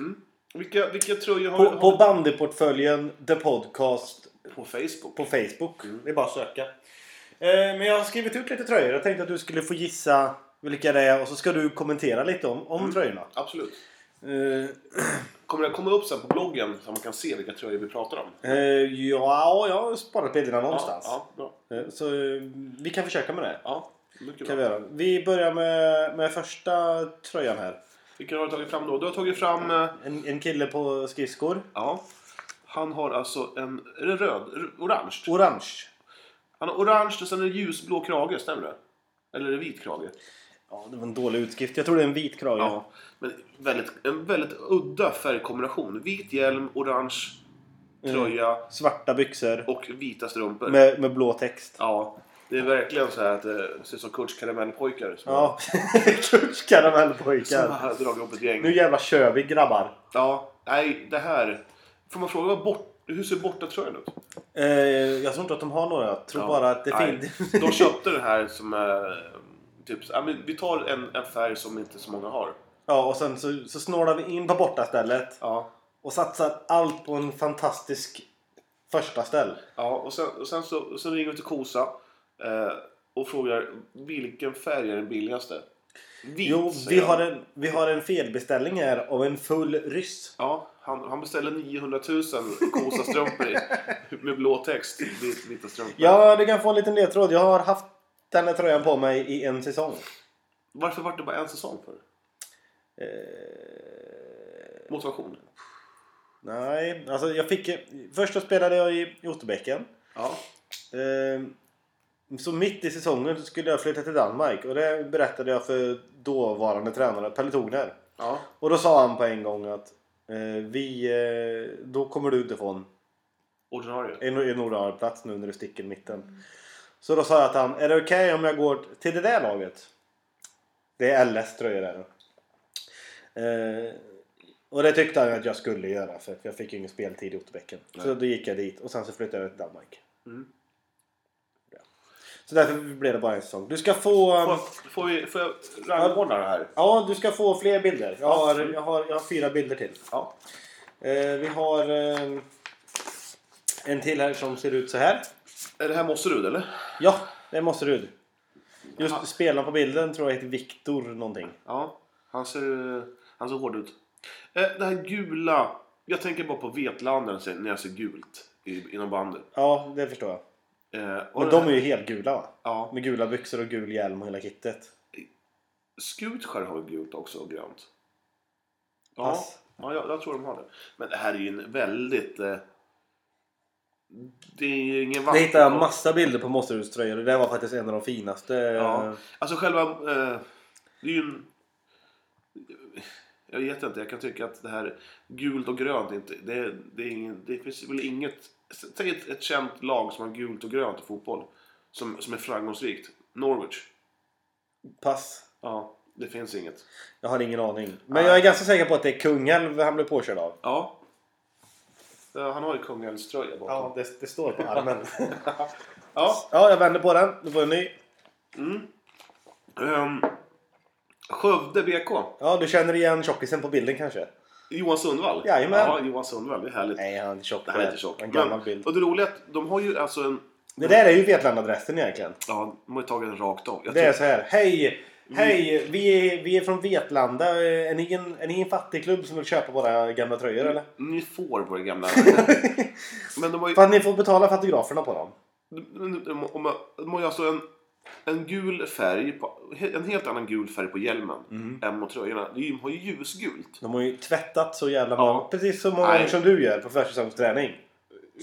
S2: Vilka, vilka tröjor har
S1: På,
S2: har
S1: på bandyportföljen The Podcast
S2: på Facebook?
S1: på Facebook. Det är bara att söka. Eh, Men jag har skrivit ut lite tröjor. Jag tänkte att du skulle få gissa vilka det är och så ska du kommentera lite om, om tröjorna.
S2: Absolut.
S1: Eh,
S2: Kommer det komma upp sen på bloggen så man kan se vilka tröjor vi pratar om?
S1: eh, Ja, jag har sparat bilderna någonstans.
S2: Ja, ja, bra.
S1: Eh, Så eh, vi kan försöka med det.
S2: Ja, mycket
S1: kan vi
S2: bra.
S1: göra. Vi börjar med, med första tröjan här.
S2: Vilka har du tagit fram då? Du har tagit fram... eh,
S1: En, en kille på skridskor.
S2: Ja. Han har alltså en... Är det röd? R- Orange?
S1: Orange.
S2: Han har orange och sen är det ljusblå krage, stämmer det? Eller är det vit krage?
S1: Ja, det var en dålig utskrift. Jag tror det är en vit krage.
S2: Ja. Men väldigt, en väldigt udda färgkombination. Vit hjälm, orange
S1: Mm.
S2: tröja
S1: Svarta byxor.
S2: och vita strumpor.
S1: Med, med blå text.
S2: Ja, det är verkligen så här att det ser ut som Kurts karamellpojkar. Som
S1: Ja. Kurs karamellpojkar.
S2: har dragit upp ett gäng.
S1: Nu jävla kör vi grabbar.
S2: Ja, nej, det här. Får man fråga vad bort, hur ser bortatröjan ut?
S1: Eh, jag tror inte att de har några. Jag tror
S2: Ja,
S1: bara att det
S2: nej.
S1: finns...
S2: De köpte den här som eh, typ, ja, men vi tar en, en färg som inte så många har.
S1: Ja, och sen så, så snålar vi in på bortastället
S2: Ja.
S1: och satsar allt på en fantastisk första ställ.
S2: ja och sen, och sen, så, sen ringer vi till Kosa eh, och frågar vilken färg är den billigaste? Vit,
S1: Jo, vi
S2: säger han.
S1: har, en, vi har en felbeställning här av en full ryss.
S2: Ja, han, han beställde 900 000 Kosa-strumpor i- med blå text. vit- Vita strumpor.
S1: Ja, du kan få en liten ledtråd. Jag har haft den här tröjan på mig i en säsong.
S2: Varför var det bara en säsong för? Motivation?
S1: Eh, Nej, alltså jag fick... Först så spelade jag i i Otterbäcken.
S2: Ja.
S1: Ehm, Så mitt i säsongen så skulle jag flytta till Danmark och det berättade jag för dåvarande tränare Pelle Togner.
S2: ja.
S1: Och då sa han på en gång att eh, vi, eh, då kommer du inte få en,
S2: Ordinarie?
S1: en, en ordinarie plats nu när du sticker i mitten. Så då sa jag till han, är det okej om jag går till det där laget? Det är LS tröjor där. Eh, och det tyckte han att jag skulle göra för att jag fick ju ingen speltid i Otterbäcken. Så då gick jag dit och sen så flyttade jag till Danmark. Ja. Så därför blev det bara en säsong. Du ska få...
S2: Får, får, vi, får jag rangordna det här?
S1: Ja, du ska få fler bilder. Jag har, jag har, jag har fyra bilder till.
S2: Ja.
S1: Eh, vi har eh, en till här som ser ut så här.
S2: Är det här Mosserud eller?
S1: Ja, det är Mosserud. Just
S2: Aha.
S1: spelaren på bilden tror jag heter Viktor någonting.
S2: Ja. Han ser, eh, han ser hård ut. Eh, Det här gula. Jag tänker bara på Vetlanda när jag ser- när jag ser gult i- inom bandy.
S1: Ja, det förstår jag.
S2: Eh, och
S1: Men
S2: det
S1: de
S2: här-
S1: är ju helt gula va?
S2: Ja.
S1: Med gula byxor och gul hjälm och hela kittet.
S2: Skutskär har gult också och grönt. Ja,
S1: Pass.
S2: ja jag, jag tror de har det. Men det här är ju en väldigt... Eh, det är ju ingen
S1: Det
S2: vatten...
S1: hittade jag massa bilder på Mosseruds tröjor och det var faktiskt en av de finaste.
S2: Ja. Alltså själva... Eh, det är ju en... Jag vet inte, jag kan tycka att det här gult och grönt, inte, det, det, är ingen, det finns väl inget... Säg ett, ett känt lag som har gult och grönt i fotboll, som, som är framgångsrikt. Norwich.
S1: Pass.
S2: Ja, det finns inget.
S1: Jag har ingen aning. Men jag är ganska säker på att det är Kungälv han blev påkörd av.
S2: Ja. Eh, Han har ju kungahelgströja bakom.
S1: Ja, det, det står på armen.
S2: ja.
S1: ja, jag vänder på den. Du får en ny.
S2: Um, Skövde BK.
S1: Ja, du känner igen tjockisen på bilden kanske?
S2: Johan Sundvall.
S1: Jajamän.
S2: Ja, Johan Sundvall. Det är härligt.
S1: Nej, han är tjock.
S2: det här är inte tjockt.
S1: En gammal
S2: Men-
S1: bild.
S2: Och det roliga är att de har ju alltså en...
S1: Det där är ju Vetlandadressen egentligen.
S2: Ja, de har ju tagit den rakt av. Jag
S1: Det är
S2: tror-
S1: så här. Hej! Hej! Vi är, vi är från Vetlanda. Eh, Är ni, en, är ni en fattigklubb som vill köpa våra gamla tröjor eller?
S2: Ni får våra gamla... Men de har ju...
S1: För att ni får betala fotograferna på dem.
S2: De, de, de, de har ju alltså en, en gul färg på... En helt annan gul färg på hjälmen
S1: Mhm.
S2: än mot tröjorna. De har ju ljusgult.
S1: De har ju tvättat så jävla
S2: Ja.
S1: många. Precis så många
S2: Nej.
S1: gånger som du gör på försäsongsträning.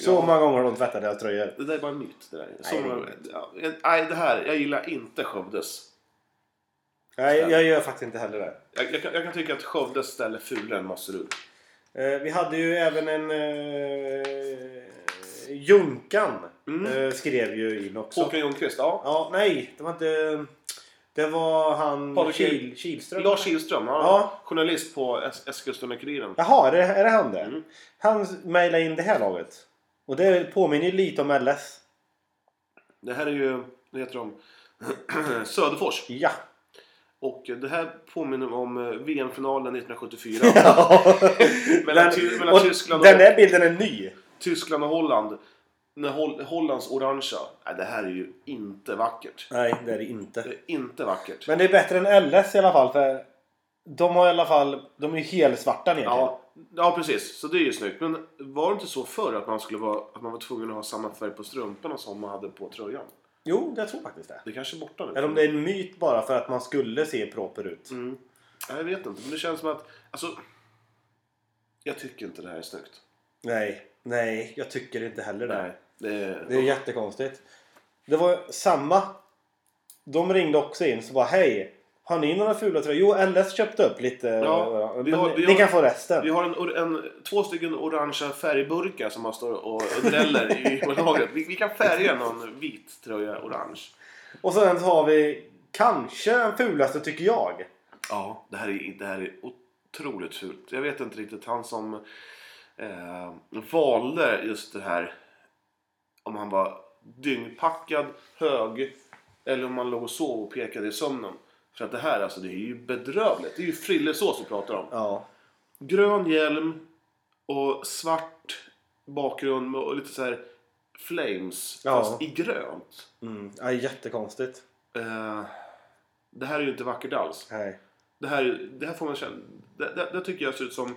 S1: Så
S2: Ja.
S1: många gånger har de tvättat deras tröjor.
S2: Det där är bara nytt. Det där.
S1: Nej, det är
S2: Så, ja, nej, det här. Jag gillar inte Skövdes.
S1: Nej, jag gör faktiskt inte heller det.
S2: Jag, jag, kan, jag kan tycka att Skövdes ställe är fulare än Mosserud.
S1: Eh, vi hade ju även en... Eh, Junkan
S2: Mm.
S1: eh, skrev ju in också.
S2: Håkan Ljungqvist, ja.
S1: Ja, nej, det var inte... Det var han
S2: Patrik-
S1: Kil, Kilström.
S2: Lars Kihlström, ja.
S1: Ja.
S2: journalist på Es- Eskilstuna-Kuriren.
S1: Jaha, är det, är det han det?
S2: Mm.
S1: Han mejlade in det här laget. Och det påminner ju lite om LS.
S2: Det här är ju, vad heter de, Söderfors.
S1: Ja.
S2: Och det här påminner om eh, VM-finalen 1974. mellan,
S1: Den-
S2: ty-
S1: och
S2: mellan Tyskland, och,
S1: den där bilden är ny.
S2: Tyskland och Holland. När Hol- Hollands orangea. Nej, det här är ju inte vackert.
S1: Nej, det är det
S2: Det
S1: inte.
S2: är inte vackert.
S1: Men det är bättre än LS i alla fall. För de har i alla fall... De är ju helsvarta egentligen.
S2: Ja, ja, precis. Så det är ju snyggt. Men var det inte så förr att man, skulle vara, att man var tvungen att ha samma färg på strumporna som man hade på tröjan?
S1: Jo, jag tror faktiskt det.
S2: Det kanske är borta nu.
S1: Eller om det är en myt bara för att man skulle se proper
S2: Mm.
S1: ut.
S2: Ja, Jag vet inte, men det känns som att... Alltså, jag tycker inte det här är snyggt.
S1: Nej, nej, jag tycker inte heller det.
S2: Det är,
S1: Det är jättekonstigt. Det var samma. De ringde också in så bara hej. Har ni några fula tröjor? Jo, LS köpte upp lite.
S2: Ja, vi
S1: men
S2: har- vi
S1: ni
S2: har-
S1: kan få resten.
S2: Vi har en, or- en, två stycken orangea färgburkar som man står och dräller i på lagret. Vi, vi kan färga någon vit tröja orange.
S1: Och sen så har vi kanske den fulaste tycker jag.
S2: Ja, det här är, det här är otroligt fult. Jag vet inte riktigt, han som eh, valde just det här om han var dyngpackad, hög eller om han låg och sov och pekade i sömnen. För att det här alltså, det är ju bedrövligt. Det är ju frillesås vi pratar om.
S1: Ja.
S2: Grön hjälm och svart bakgrund med- och lite så här flames.
S1: Ja.
S2: Fast i grönt.
S1: Mm. ja jättekonstigt.
S2: Eh, det här är ju inte vackert alls.
S1: Nej.
S2: Det här, det här får man känna. Det, det, det tycker jag ser ut som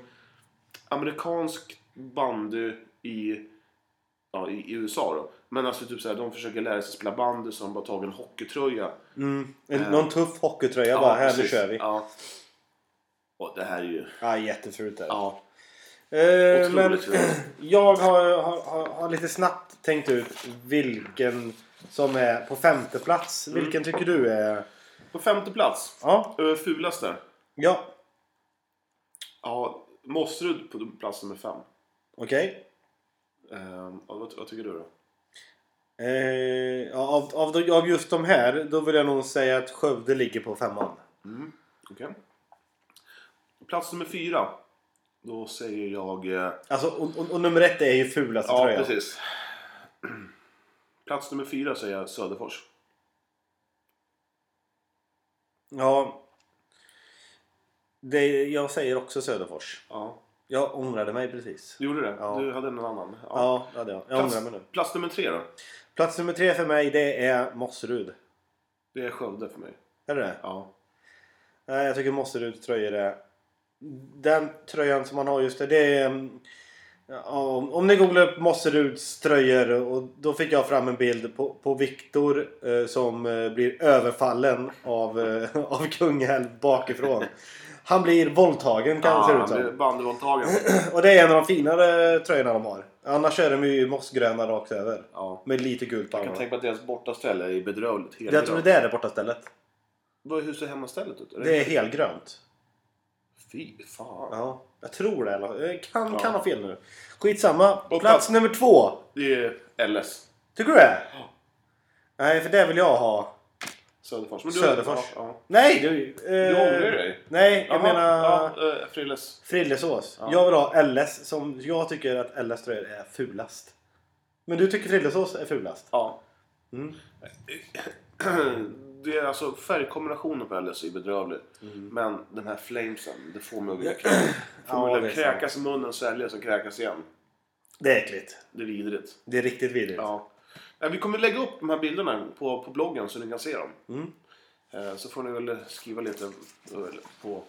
S2: amerikansk bandy i, ja, i, i USA då. Men alltså typ så här, de försöker lära sig spela bandy så de bara tagit en hockeytröja.
S1: Mm. En- Någon tuff hockeytröja bara. Här, nu
S2: Eh. precis.
S1: kör vi. Ja,
S2: Ja. Och det här är ju...
S1: jättefult där.
S2: Ja.
S1: Eh,
S2: Otroligt
S1: men
S2: fult.
S1: jag har, har, har, har lite snabbt tänkt ut vilken som är på femte plats.
S2: Mm.
S1: Vilken tycker du är...
S2: På femte plats.
S1: Ja.
S2: eh, Fulaste.
S1: Ja.
S2: Ja, Mossrud på plats nummer fem.
S1: Okej.
S2: Eh, ja, vad, vad tycker du då?
S1: Eh, ja, av, av, de- av just de här, då vill jag nog säga att Skövde ligger på femman.
S2: Okej. Plats nummer fyra. Då säger jag... Eh,
S1: Alltså, och, och, och nummer ett är ju fulaste
S2: Ja,
S1: tröjan.
S2: precis. Plats nummer fyra säger jag Söderfors.
S1: Ja. Det, jag säger också Söderfors.
S2: Ja.
S1: Jag ångrade mig precis.
S2: Du gjorde det?
S1: Ja.
S2: Du hade en annan? Ja.
S1: Ja, det hade jag. Jag ångrar mig
S2: plats,
S1: nu.
S2: plats nummer tre då?
S1: Plats nummer tre för mig, det är Mosserud.
S2: Det är Skövde för mig.
S1: Är det det?
S2: Ja.
S1: Nej, jag tycker Mosseruds tröjor är... Den tröjan som man har just där, det är... mm, ja, om- Om ni googlar upp Mosseruds tröjor och då fick jag fram en bild på, på Viktor eh, som eh, blir överfallen av, eh, av Kungälv bakifrån. Han blir våldtagen
S2: Ah,
S1: kan det se ut som.
S2: som. Bandyvåldtagen.
S1: Och det är en av de finare tröjorna de har. Annars är de ju mossgröna rakt över.
S2: ja.
S1: Med lite gult på
S2: Jag kan
S1: armarna.
S2: tänka mig att deras bortaställe är bedrövligt. Hela
S1: Jag tror det är det borta stället.
S2: Vad, hur ser hemmastället ut? Är
S1: Det är helgrönt.
S2: Fy fan.
S1: Ja, jag tror det. Eller? Jag kan,
S2: Ja.
S1: kan ha fel nu. Skitsamma. Plats,
S2: plats-
S1: nummer två.
S2: Det är LS.
S1: Tycker du det? Nej, för det vill jag ha.
S2: Söderfors. Men du,
S1: Söderfors.
S2: Ja, ja.
S1: Nej! Du,
S2: Du
S1: eh,
S2: ångrar dig?
S1: Nej, jag
S2: Jaha,
S1: menar
S2: Ja, eh, Frilles.
S1: frillesås.
S2: Ja.
S1: Jag vill ha LS som jag tycker att LS tröjor är fulast. Men du tycker frillesås är fulast?
S2: Ja.
S1: Mm.
S2: Det är alltså färgkombinationen på LS är bedrövlig. Men den här flamesen, det får mig att vilja kräkas. Får
S1: Mm. Ja,
S2: mig att
S1: det är
S2: vilja kräkas i munnen, svälja och sen E kräkas igen.
S1: Det är äckligt.
S2: Det är vidrigt.
S1: Det är riktigt vidrigt.
S2: Ja. Ja, Vi kommer lägga upp de här bilderna på, på bloggen så ni kan se dem.
S1: Mm.
S2: Eh, Så får ni väl skriva lite eh, på,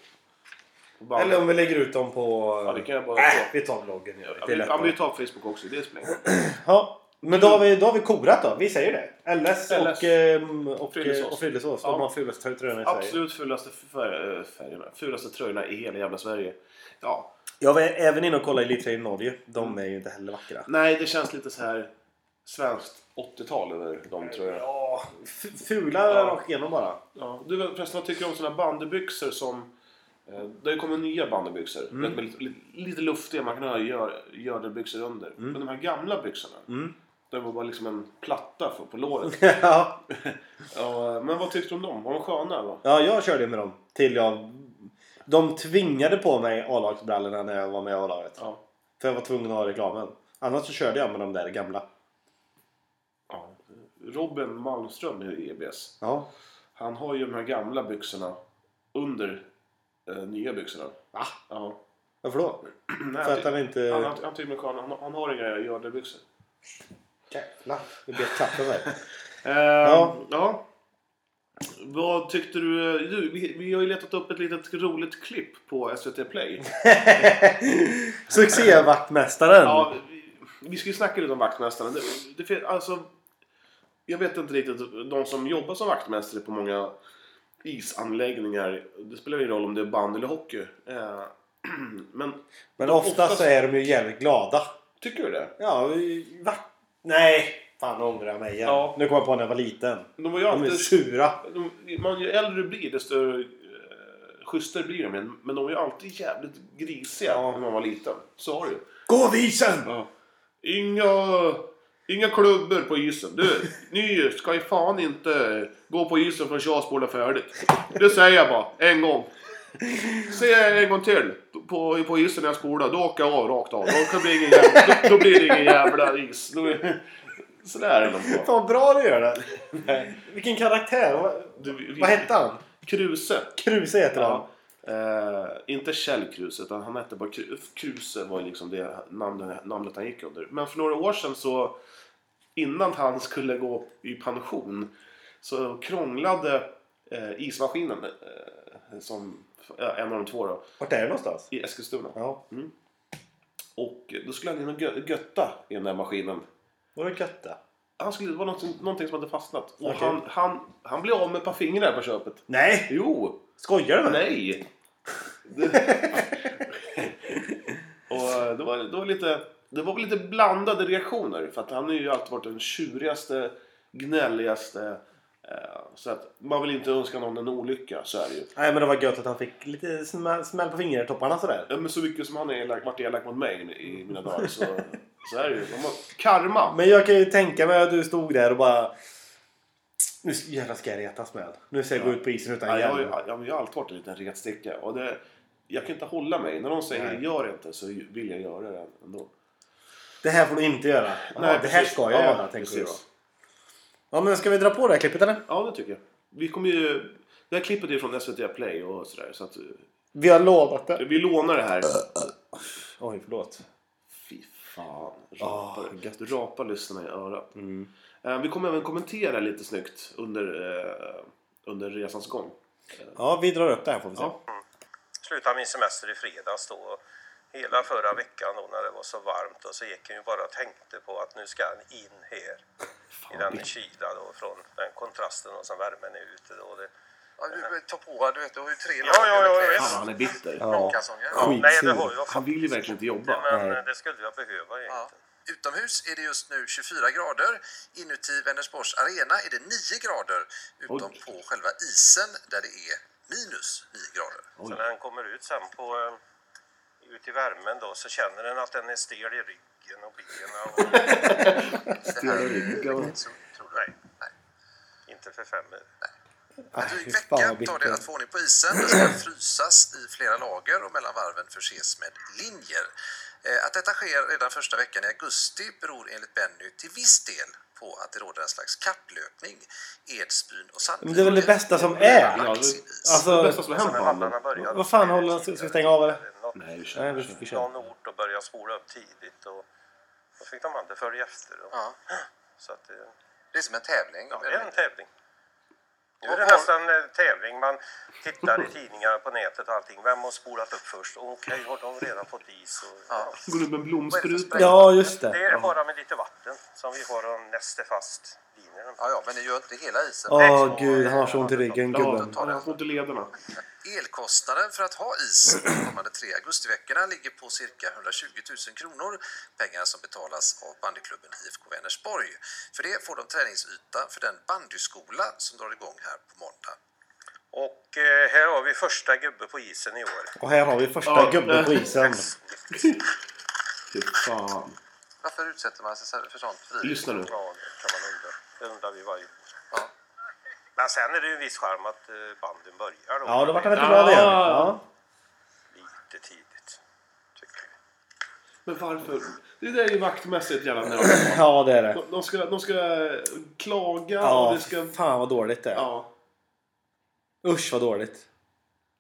S2: på bandet.
S1: Eller om vi lägger ut dem på...
S2: Ja, det kan jag bara
S1: Äh,
S2: ta.
S1: vi tar bloggen. gör vi.
S2: Ja,
S1: Det är
S2: vi,
S1: lätt
S2: ja,
S1: bara.
S2: vi tar Facebook också, det spelar ingen roll.
S1: Ja, men
S2: Mm.
S1: då har, vi, då har vi korat då. Vi säger det. LS,
S2: LS.
S1: och, ehm, och
S2: Frillesås.
S1: och Frillesås.
S2: Ja.
S1: De har fulast tröjorna i Sverige.
S2: Absolut fulaste fär, eh, färgerna, fulaste tröjorna i hela jävla Sverige. Ja.
S1: Jag var även inne och kollade Elitserien i Norge. De
S2: Mm.
S1: är ju inte heller vackra.
S2: Nej, det känns lite så här svenskt 80-tal över de tröjorna.
S1: Ja, f- fula rakt igenom bara.
S2: Ja, du förresten, vad tycker du om såna bandybyxor som... eh, Det har ju kommit nya bandybyxor.
S1: Mm.
S2: Vet, med lite, lite luftiga, man kan ha gör, gördelbyxor under. Men de här gamla byxorna.
S1: Mm.
S2: Det var bara liksom en platta för, på låret.
S1: ja,
S2: ja, eh, men vad tyckte du om dem? Var de sköna? Va?
S1: Ja, jag körde med dem till jag... De tvingade på mig A-lagsbrallorna när jag var med i A-laget.
S2: Ja.
S1: För jag var tvungen att ha reklamen. Annars så körde jag med de där gamla.
S2: ja. Robin Malmström i EBS.
S1: Ja.
S2: Han har ju de här gamla byxorna under eh, nya byxorna.
S1: Va?
S2: Ja.
S1: Varför då?
S2: Nej,
S1: För att
S2: han,
S1: han
S2: ty-
S1: inte...
S2: han, han, han tycker de är sköna. Han, han har inga gördelbyxor.
S1: Jävlar. Nu blir jag klappad här. Ja.
S2: ja. Ehm, ja. Vad tyckte du? eh, du vi, vi har ju letat upp ett litet roligt klipp på SVT Play.
S1: Succévaktmästaren.
S2: Ja, vi, vi ska ju snacka lite om vaktmästaren. Det, det, fin- alltså, jag vet inte riktigt. De som jobbar som vaktmästare på många isanläggningar. Det spelar ingen roll om det är band eller hockey. Eh, men
S1: Men oftast så är de ju jävligt glada.
S2: tycker du det?
S1: Ja, va? Nej! Fan, nu ångrar jag mig igen.
S2: Ja.
S1: Nu kommer jag på när jag var liten.
S2: De var ju
S1: De är
S2: alltid,
S1: sura.
S2: de, man, ju äldre du blir desto eh, schysstare blir de. Men- Men de var ju alltid jävligt grisiga
S1: Ja.
S2: när man var liten. Så har du ju.
S1: Gå visen!
S2: Ja. Inga, inga klubbor på isen. Du, ni ska ju fan inte gå på isen förrän jag spolar färdigt. Det säger jag bara, en gång. Se en gång till på, på isen när jag spolar, då åker jag av rakt av. Då, kan det bli ingen jävla, då, då blir det ingen jävla is. Då, sådär är de bara.
S1: Fan vad bra du gör det! Vilken karaktär! Vad,
S2: Du, vi-
S1: vad hette han?
S2: Kruse.
S1: Kruse heter han.
S2: Ja. Eh, inte Kjell Kruse, utan han hette bara Kru- Kruse var ju liksom det namnet, namnet han gick under. Men för några år sedan så innan han skulle gå i pension så krånglade eh, ismaskinen eh, som eh, en av de två då,
S1: Vart är det någonstans?
S2: i Eskilstuna.
S1: Ja.
S2: Och då skulle han in och gö- götta i den där maskinen.
S1: Var det Götta?
S2: Han skulle, det var någonting, någonting som hade fastnat. Och
S1: Okej.
S2: han, han, han blev av med ett par fingrar på köpet.
S1: Nej!
S2: Jo!
S1: Skojar du med mig?
S2: Nej! Det- och eh, det var, det, var lite, det var väl lite blandade reaktioner. För att han har ju alltid varit den tjurigaste, gnälligaste. eh, Så att man vill inte önska någon en olycka, så är det ju.
S1: Nej, men det var gött att han fick lite smäll, smäll på fingertopparna sådär.
S2: Ja, Men så mycket som han är elak, varit elak mot mig i mina dagar så, så är det ju. Man må- Karma!
S1: Men jag kan ju tänka mig att du stod där och bara... Nu s- jävlar ska jag retas med. Nu ska jag gå
S2: Ja.
S1: ut på isen utan
S2: Ja, jag, har ju,
S1: hjälm.
S2: jag har ju alltid varit en liten retsticka. Och det, jag kan inte hålla mig. När någon säger
S1: Nej.
S2: gör det inte så vill jag göra det ändå.
S1: Det här får du inte göra. Nej, det här
S2: precis.
S1: ska jag
S2: Ja,
S1: göra, tänker du då.
S2: precis.
S1: Ja, men ska vi dra på det här klippet eller?
S2: Ja, det tycker jag. Vi kommer ju... Det här klippet är ju från SVT Play och sådär. Så att, eh,
S1: Vi har lovat det.
S2: vi lånar det här.
S1: Oj, förlåt.
S2: Fy fan.
S1: Ah,
S2: Rapar, du rapar lyssnarna i örat. Eh, Vi kommer även kommentera lite snyggt under, eh, under resans gång.
S1: Ja, vi drar upp det här får vi se.
S2: Ja.
S7: slutade min semester i fredags då. Och Hela förra veckan då när det var så varmt och så gick jag ju bara och tänkte på att nu ska han in här i den kyla då från den kontrasten och som värmen är ute då. Det,
S8: Ja, du behöver ta på dig, du vet. Du har ju tre
S7: ja, ja, ja, jag
S2: han är bitter.
S8: långkalsonger.
S1: Ja. Skitsur.
S7: Nej, det har jag
S2: Han vill ju verkligen inte jobba.
S7: men eh,
S1: Nej.
S7: det skulle jag behöva egentligen.
S8: Ja. Utomhus är det just nu 24 grader. Inuti Vänersborgs arena är det 9 grader. Utom
S2: Oj.
S8: på själva isen där det är minus 9 grader.
S7: Så när den kommer ut sen på, eh, ut i värmen då så känner den att den är stel i ryggen och benen. Och
S8: Det här är ju
S2: ryggen.
S8: inget så otroligt.
S7: Nej. inte för fem minuter.
S8: En dryg
S1: Äh, Ah, fy fan,
S8: vecka
S1: vad
S8: tar
S1: bitter.
S8: det att få ordning på isen. Den ska frysas i flera lager och mellan varven förses med linjer. Eh, Att detta sker redan första veckan i augusti beror enligt Benny till viss del på att det råder en slags kapplöpning. Edsbyn och Sandviken.
S1: Men det är väl det bästa som är?
S2: Ja, det,
S1: Alltså,
S2: det bästa som har hänt
S7: När
S2: på honom.
S7: hallarna börjar.
S1: Vad fan håller Ska vi stänga av eller?
S7: Något-
S2: Nej, vi kör.
S1: Nej, vi, vi kör.
S7: någon ort och började spola upp tidigt. Och då fick de andra följa efter. Och,
S8: Ja,
S7: Så att, eh,
S8: det är som en tävling.
S7: ja, det är en tävling. Nu är
S8: Och
S7: det
S8: var-
S7: nästan en tävling. Man tittar i tidningar på nätet och allting. Vem har spolat upp först? Och Okej, har de redan fått is? Och, ja.
S2: Går du med en blomspruta?
S1: Ja, just
S7: Det
S1: det.
S7: är bara med lite vatten som vi har och nästa fast linjerna.
S8: Ja, ja, men ni gör inte hela isen.
S1: Åh gud, han har så ont i ryggen
S2: Ja,
S1: gubben.
S2: han har ont i lederna.
S8: Elkostnaden för att ha is de kommande tre augustiveckorna ligger på cirka 120 000 kronor. Pengar som betalas av bandyklubben IFK Vänersborg. För det får de träningsyta för den bandyskola som drar igång här på måndag.
S7: Och eh, här har vi första gubbe på isen i år.
S1: Och här har vi första
S2: Ja,
S1: gubben på
S2: eh.
S1: isen.
S2: Fy fan.
S8: Varför utsätter man sig så- för sånt frivilligt?
S2: Lyssna nu.
S7: Ja, det kan man undra. Det undrar vi varje år. Men sen är det ju en viss charm att eh, banden börjar då.
S1: Ja, då vart han lite glad igen. Ja.
S7: Lite tidigt. Tycker jag.
S2: Men varför? Det där är ju vaktmässigt jävla nörd.
S1: ja, det är det.
S2: De, de, ska, de ska klaga och
S1: Ja,
S2: det ska...
S1: fan vad dåligt det är.
S2: Ja.
S1: Usch vad dåligt.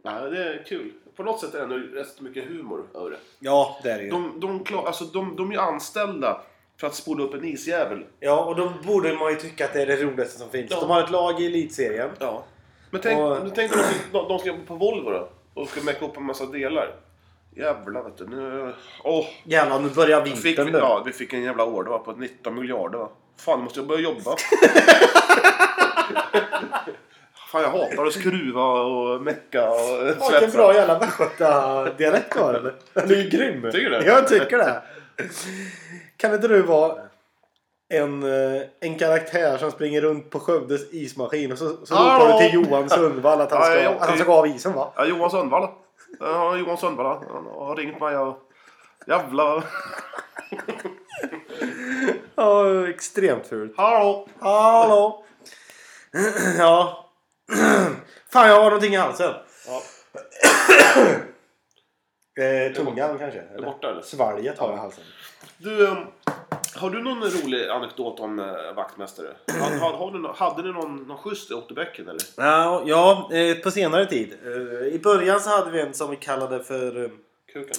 S2: Nej, det är kul. På något sätt är det ändå rätt mycket humor över det.
S1: Ja, det är det ju.
S2: De, de, klar, alltså, de, de är ju anställda för att spola upp en isjävel.
S1: Ja, och då borde man ju tycka att det är det roligaste som finns.
S2: Ja.
S1: De har ett lag i elitserien.
S2: Ja. Men tänk,
S1: Och-
S2: tänk om de ska, de, de ska jobba på Volvo då och ska mecka upp en massa delar. Jävlar vet du. Nu... Åh!
S1: Jävlar, nu börjar
S2: Vi Fick,
S1: vintern nu.
S2: ja, vi fick en jävla order va, på 19 miljarder va. Fan, nu måste jag börja jobba. Fan, jag hatar att skruva och mecka och
S1: Ja, Vilken bra jävla västgötadialekt du har. eller? Den är ju grym.
S2: Tycker du?
S1: Jag tycker det. Kan inte du vara en, eh, en karaktär som springer runt på Skövdes ismaskin och så, så
S2: Hallå!
S1: ropar du till Johan Sundvall att han
S2: Ja,
S1: ska,
S2: jag-
S1: att han ska gå av isen va?
S2: Ja, Johan Sundvall. Ja, Johan Sundvall han har ringt mig och... Jävlar.
S1: Ja, extremt fult.
S2: Hallå!
S1: Hallå! Ja. Fan, jag har någonting i halsen.
S2: Ja.
S1: Eh, tungan kanske? Eller?
S2: borta, eller?
S1: Svalget har jag i halsen.
S2: Du, ehm, Har du någon rolig anekdot om eh, vaktmästare? Har, har, har du, nå- hade ni någon, någon schysst i Otterbäcken eller?
S1: Ja, ja, eh, på senare tid. Eh, I början så hade vi en som vi kallade för eh,
S2: Kuken?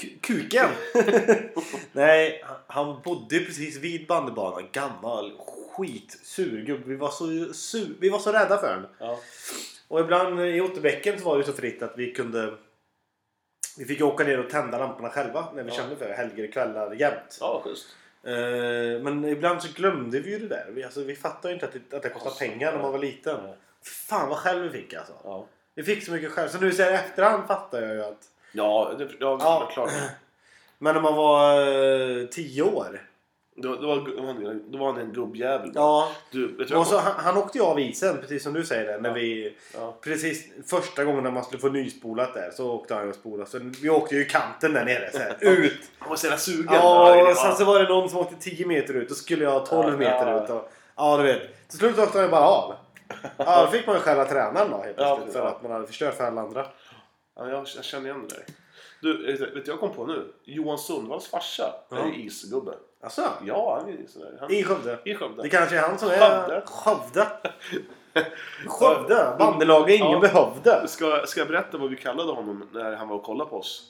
S1: Ku- Kuken! Nej, han- han bodde precis vid bandybanan. Gammal skitsur gubbe. Vi var så, sur, vi var så rädda för honom.
S2: Ja.
S1: Och ibland i Otterbäcken så var det ju så fritt att vi kunde... Vi fick ju åka ner och tända lamporna själva när vi
S2: Ja.
S1: kände för det. Helger, kvällar, jämt.
S2: Ja, schysst.
S1: Eh, men ibland så glömde vi ju det där. Vi, alltså, vi fattade ju inte att det, att det kostade
S2: Alltså,
S1: pengar när man var liten. Fan vad själv vi fick alltså.
S2: Ja,
S1: Vi fick så mycket själv. Så nu så här i efterhand fattar jag ju att...
S2: ja, det, ja,
S1: Ja.
S2: klart.
S1: Men när man var eh, tio år.
S2: Då, då, var, då, var han, då var han en gubbjävel.
S1: Ja.
S2: Du, vet du
S1: Och så, han, han åkte ju av isen, precis som du säger det. När
S2: Ja.
S1: vi,
S2: Ja.
S1: Precis första gången när man skulle få nyspolat där så åkte han ju och spolade. Så vi åkte ju i kanten där nere. Så här, ut!
S2: Han var så jävla sugen.
S1: Ja,
S2: det
S1: och sen
S2: var-
S1: så var det någon som åkte 10 meter ut och skulle jag ha 12
S2: Ja,
S1: meter
S2: ja.
S1: ut. Och, ja, du vet. Till slut åkte han ju bara av. Ja, då fick man ju skälla tränaren då helt
S2: Ja,
S1: plötsligt för
S2: ja.
S1: att man hade förstört för alla andra.
S2: Ja, jag, jag känner igen det där. Du, vet du, vet du, jag kom på nu? Johan Sundvalls farsa är ju isgubbe.
S1: Alltså,
S2: Ja, han är ju sådär. Han,
S1: i Skövde.
S2: I Skövde.
S1: Det kanske är han som
S2: Skövde.
S1: är... Skövde. Skövde. Bandelaget ingen
S2: Ja.
S1: behövde.
S2: Ska, ska jag berätta vad vi kallade honom när han var och kollade på oss?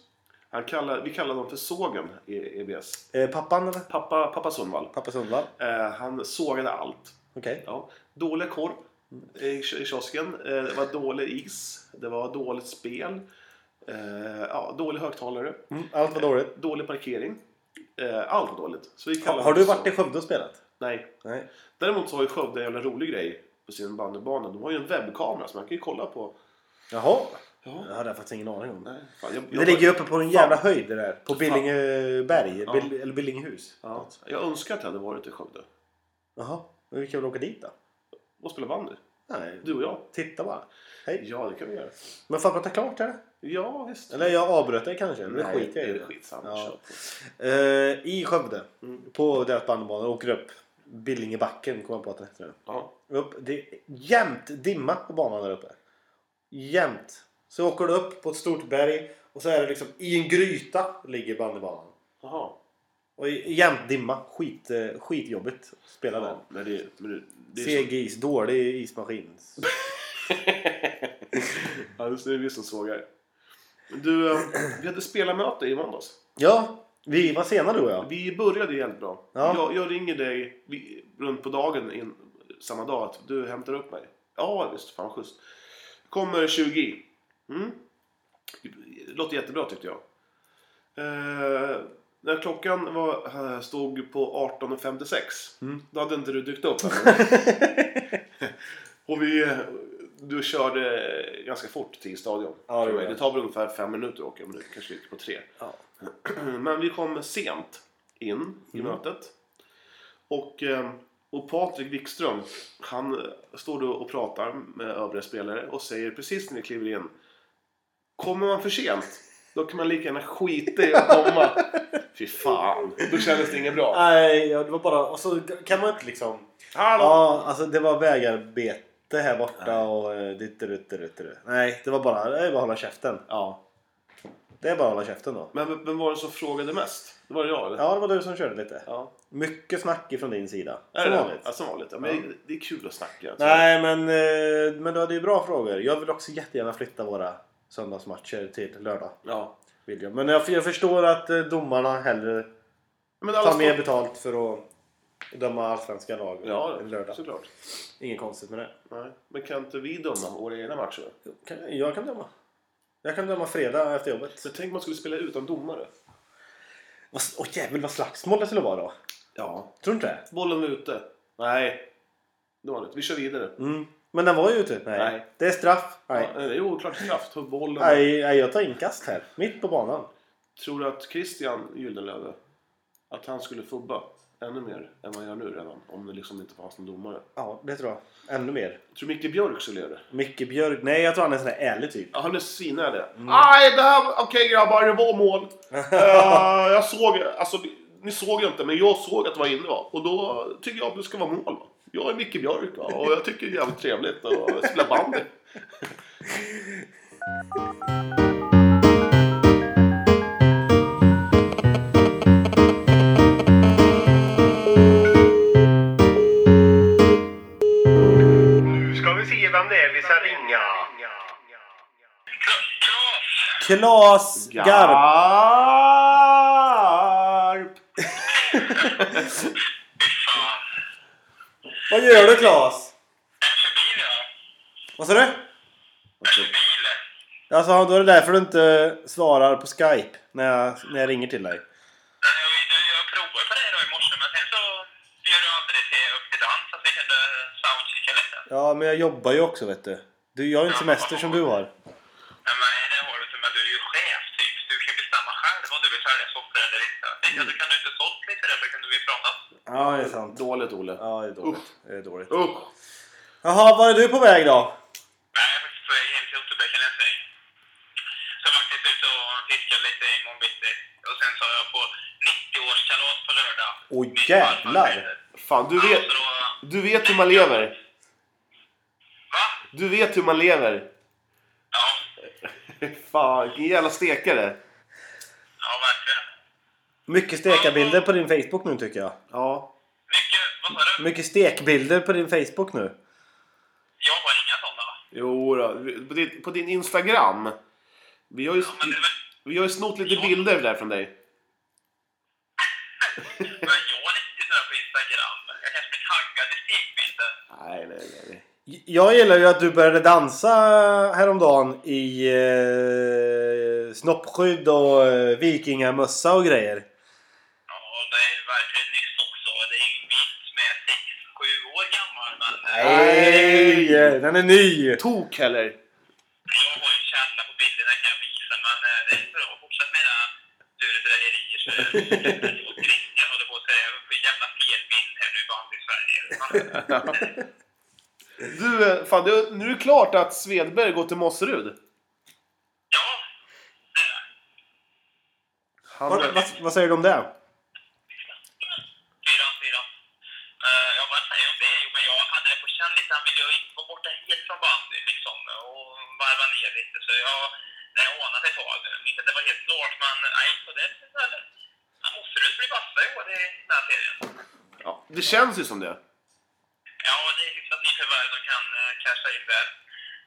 S2: Han kallade, vi kallade honom för Sågen i EBS.
S1: Eh, pappan eller?
S2: Pappa, pappa Sundvall.
S1: Pappa Sundvall.
S2: Eh, han sågade allt.
S1: Okej.
S2: Ja. Dålig korv i, i kiosken. Eh, det var dålig is. Det var dåligt spel. Eh, ja, dålig högtalare.
S1: Mm, allt var dåligt.
S2: Dålig parkering. Eh, allt var dåligt. Så vi
S1: Har,
S2: kallade
S1: har du
S2: honom för
S1: varit i
S2: Sågen.
S1: Skövde och spelat?
S2: Nej.
S1: Nej.
S2: Däremot så har ju Skövde en jävla rolig grej på sin bandybana. De har ju en webbkamera så man kan ju kolla på...
S1: Jaha.
S2: Ja.
S1: Det hade jag faktiskt ingen aning om.
S2: Nej, fan, jag, jag,
S1: Det ligger ju uppe på en jävla höjd det där. På
S2: Fan.
S1: Billingeberg.
S2: Ja.
S1: Bill, eller Billingehus.
S2: Ja, jag önskar att jag hade varit i Skövde
S1: Jaha, men vi kan väl åka dit då?
S2: och spela bandy.
S1: Nej,
S2: Du och jag.
S1: titta bara. Hej.
S2: Ja, det kan vi göra.
S1: Men får jag prata klart eller?
S2: Ja, visst.
S1: Eller jag avbröt dig kanske? men Det
S2: Nej,
S1: skiter jag
S2: det
S1: i.
S2: är skitsamma.
S1: Ja.
S2: Kör på.
S1: Eh, I Skövde, på deras bandybana, åker upp Billingebacken, kommer jag på att den heter nu.
S2: Ja.
S1: Upp, det är jämnt dimma på banan där uppe. Jämnt. Så åker du upp på ett stort berg och så är det liksom i en gryta ligger bandybanan.
S2: Jaha.
S1: Och i- jämnt dimma. Skit, eh, skitjobbigt att spela där.
S2: Ja, men det, men det, det är
S1: Seg is, dålig ismaskin.
S2: Så, ja, just det det är vi som sågar. Du, eh, vi hade spelarmöte i måndags.
S1: Ja, vi var sena du och jag.
S2: Vi började helt bra.
S1: Ja.
S2: Jag, jag ringer dig vi, runt på dagen in, samma dag att du hämtar upp mig. Ja visst, fan schysst. Kommer 20 i. Mm. Låter jättebra tyckte jag. Eh, när klockan var, eh, stod på 18.56
S1: Mm.
S2: då hade inte du dykt upp. än. och vi, eh, du körde eh, ganska fort till stadion.
S1: Ja, det
S2: för mig.
S1: gjorde jag.
S2: det tar väl ungefär fem minuter att åka, men det kanske gick på tre.
S1: Ja.
S2: Men vi kom sent in i
S1: Mm.
S2: mötet. Och, eh, och Patrik Wikström, han eh, står då och pratar med övriga spelare och säger precis när vi kliver in. Kommer man för sent, då kan man lika gärna skita i att komma. Fy fan, då kändes det inget bra.
S1: Nej, ja, det var bara... Och så kan man inte liksom...
S2: Hallå!
S1: Ja, alltså det var vägarbete här borta och eh, ditt ditt, ditt, ditt. Nej, det var bara, det är bara att hålla käften.
S2: Ja.
S1: Det är bara att hålla käften då.
S2: Men vem- vem var det som frågade mest? Det var det jag eller?
S1: Ja, det var du som körde lite.
S2: Ja.
S1: Mycket snack ifrån din sida.
S2: Är
S1: Som
S2: det
S1: vanligt.
S2: det? Ja, som vanligt. Ja, men det- Det är kul att snacka.
S1: Nej, men, eh, men du hade ju bra frågor. Jag vill också jättegärna flytta våra söndagsmatcher till lördag.
S2: Ja.
S1: Vill jag. Men jag, jag förstår att eh, domarna hellre
S2: Men
S1: tar
S2: alla
S1: mer betalt för att döma allsvenska lag
S2: Ja,
S1: en lördag.
S2: såklart.
S1: Inget konstigt med det.
S2: Nej. Men kan inte vi döma våra egna matcher?
S1: Kan- Jag kan döma. Jag kan döma fredag efter jobbet.
S2: Så tänk om man skulle spela utan domare.
S1: Vad- Åh jävlar vad slagsmål det skulle vara då.
S2: Ja.
S1: Tror du inte det?
S2: Bollen var ute. Nej. Dåligt. Vi kör vidare.
S1: Mm. Men den var ju ute. Nej.
S2: Nej.
S1: Det är straff. Nej.
S2: Ja, eh, jo, klart kraft. Tog bollen.
S1: Nej, nej, jag tar inkast här. Mitt på banan.
S2: Tror du att Christian Gyldenlöve, att han skulle fubba ännu mer än vad han gör nu redan? Om det liksom inte fanns någon domare.
S1: Ja, det tror jag. Ännu mer.
S2: Tror du Micke Björk skulle göra det?
S1: Micke Björk. Nej, jag tror han är en sån där ärlig typ.
S2: Ja, han är svinärlig.
S1: Mm.
S2: Aj, det här... Okej grabbar, det var mål. Eh, jag såg... Alltså, ni såg ju inte, men jag såg att det var inne va. Och då tycker jag att det ska vara mål va. Jag är Micke Björk va. Och jag tycker det är jävligt trevligt att spela bandy.
S1: Klas Garp.
S2: Garp!
S1: Vad gör du Klas? Vad sa du? Alltså då är det därför du inte svarar på Skype när jag, när jag ringer till dig.
S5: Jag provade på dig då i morse, men sen så bjöd du aldrig till upp till dans så att vi kunde soundchecka lite.
S1: Ja, men jag jobbar ju också vet du. du jag har ju inte semester som du har.
S5: Nej, men det har du inte, men du är ju chef typ. Du kan ju bestämma själv om du vill sälja soffor eller inte. Tänk att du kan du inte sålt lite där så kunde vi pratat.
S1: Ja, det är sant.
S2: Dåligt Olle.
S1: Ja, det är dåligt. Det är dåligt.
S2: Upp!
S1: Jaha, var är du på väg då?
S5: Nej, jag är faktiskt på väg hem till Otterbäcken en sväng. Så jag var faktiskt ute och fiskade lite i morgon bitti. Och sen så har jag på 90-årskalas på lördag.
S1: Oj,
S5: Min
S1: jävlar.
S5: farfar fyller.
S2: Fan, du vet,
S5: Alltså, då-
S2: du vet hur man lever.
S5: Va?
S2: Du vet hur man lever.
S5: Ja,
S2: Fan, vilken jävla stekare.
S5: ja verkligen.
S1: Mycket stekbilder på din Facebook nu tycker jag.
S2: Ja.
S5: Mycket, vad sa du?
S1: Mycket stekbilder på din Facebook nu.
S5: Jag har inga sådana.
S2: Jo då. På din, på din Instagram. Vi har ju,
S5: Men det är väl...
S2: vi har ju snott lite bilder där från dig.
S5: Men jag är inte sådär på Instagram. Jag kanske blir taggad i stekbilder.
S2: Nej, nej, nej. nej.
S1: Jag gillar ju att du började dansa häromdagen i eh, snoppskydd och eh, vikingamössa och grejer.
S5: Ja, det är ju verkligen nyss också. Det är ju en bild som är 6-7 år gammal. Men eh,
S1: Nej! Den är ny!
S2: Tok heller.
S5: jag har ju en källa på bilderna kan jag visa. Men eh, det är bra. Fortsätt med dina lurendrejerier. så- Och Christian håller på att säga jag får jävla fel bild här nu på i Sverige.
S2: Du, eh, fan, det, nu är det klart att Svedberg går till Mosserud.
S5: Ja, det där.
S2: Han,
S1: Vad, vad, vad säger du om det?
S5: Fyran, fyran. Eh, ja, vad säger jag om det? Jo, men jag hade det på känn lite. Han ville ju inte vara borta helt från bandy liksom och varva ner lite. Så jag, nej, jag anade ett tag. Inte att det var helt klart, men nej, så det är så här. Han måste du bli bästa i år i den här serien.
S2: ja, det känns ju som det.
S5: Ja, det är hyfsat nyförvärv som kan eh, casha in där.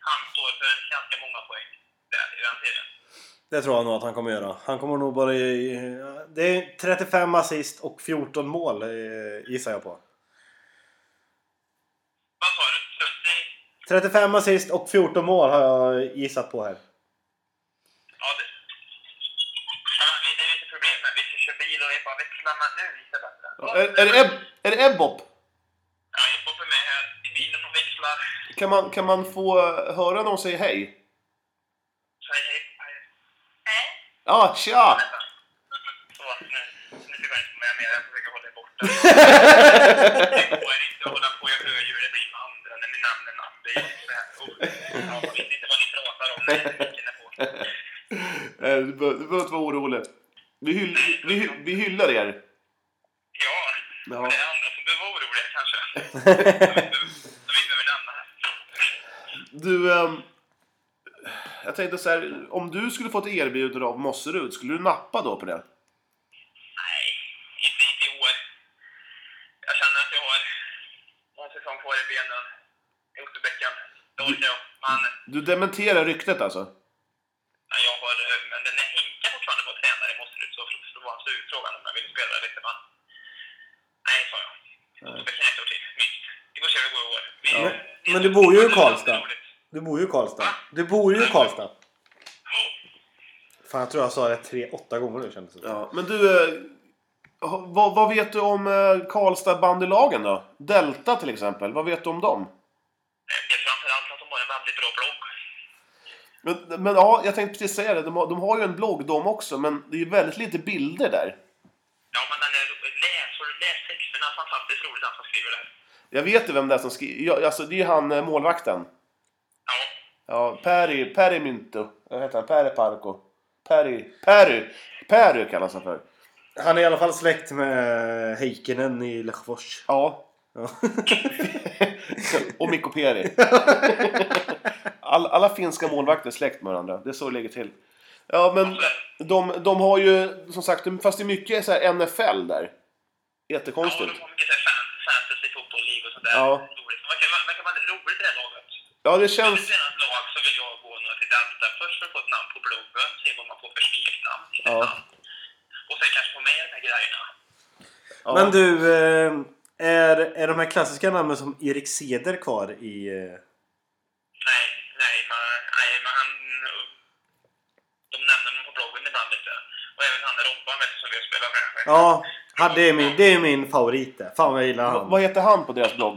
S5: Han står för ganska många poäng där i den serien.
S1: Det tror jag nog att han kommer göra. Han kommer nog bara... eh, Det är 35 assist och 14 mål eh, gissar jag på.
S5: Vad sa du? 30?
S1: 35 assist och 14 mål har jag gissat på här.
S5: Ja, det... Ja, men det är lite problem med. Vi ska köra bil och det är bara växla, men nu gick det bättre.
S2: Ja, är, är, det Ebb, är det Ebbop?
S5: Ja, jag hoppar med här i bilen och växlar.
S2: Kan man, kan man få höra någon säga hej?
S5: Säg hej. Hej.
S2: Ja, ah, tja!
S5: Så, nu, nu tycker jag inte med mer. Jag försöker hålla er borta. Det går inte att hålla på. Jag hör ju hur det blir med andra när ni nämner namn. Det är ju så här. Oh, ja, jag vet inte vad ni pratar om när micken är på.
S2: Eh, Du behöver du behöver inte vara orolig. Vi, hyll, vi, hy- vi hyllar er.
S5: Ja,
S2: Ja.
S5: det är andra som behöver vara oroliga kanske. Som vi behöver nämna här.
S2: Du, ehm, jag tänkte så här, om du skulle få ett erbjudande av Mosserud, skulle du nappa då på det?
S5: Nej, inte, inte i år. Jag känner att jag har någon säsong kvar i benen. I Otterbäcken. Det orkar jag. Men
S2: Du dementerar ryktet alltså?
S5: ja, jag har... eh, Men när Henke fortfarande var tränare i Mosserud så, så var han så utfrågad om jag ville spela lite. Men nej, sa jag. Otterbäcken är ett år till, minst. Vi får se hur det går i år. Vi,
S1: Ja. Men du bor ju i Karlstad.
S5: Det är roligt.
S1: Du bor ju i Karlstad. Du bor ju i Karlstad. Fan, jag tror jag sa det tre, åtta gånger nu kändes det som.
S2: Ja. Men du, eh, ha- vad, vad vet du om eh, Karlstad bandylagen då? Delta till exempel, vad vet du om dem?
S5: Eh, Det är framförallt att de har en väldigt bra blogg.
S2: Men, men ja, jag tänkte precis säga det, de har, de har ju en blogg de också, men det är ju väldigt lite bilder där.
S5: Ja, men den är... Läs, har du läst texterna? Fantastiskt roligt han som skriver det här.
S2: Jag vet ju vem det är som skriver, jag, alltså det är ju han eh, målvakten.
S5: Ja.
S2: Ja, Peri, Peri Minto. Vad heter han? Peri Parko. Peri, Peri, Peri kallas han för.
S1: Han är i alla fall släkt med Heikkinen i Lesjöfors.
S2: Ja.
S1: Ja.
S2: och Mikko Peri. All, alla finska målvakter är släkt med varandra. Det är så det ligger till. Ja, men de, de har ju som sagt, fast det är mycket så här NFL där.
S5: Ja,
S2: Jättekonstigt.
S5: de har mycket så här fan- fantasy fotboll-liv och sånt där.
S2: Ja.
S5: Roligt. Men Verkar, verkar väldigt roligt det här laget.
S2: Ja, det
S5: Det
S2: känns...
S5: finns redan ett lag så vill jag gå nog till Delta först för att få ett namn på bloggen, se vad man får för smeknamn
S2: Ja.
S5: innan. Och sen kanske få med de här grejerna.
S2: Ja.
S1: Men du, eh, är, är de här klassiska namnen som Erik Seder kvar i... eh,
S5: Nej, nej, man, nej, man, han, de nämner honom på bloggen ibland lite. Och även han där Robban vet du, som vi har spelat med.
S1: Ja, han, det, är min, det är min favorit där. Fan vad jag gillar
S2: Va-
S1: han.
S2: Vad heter han på deras blogg?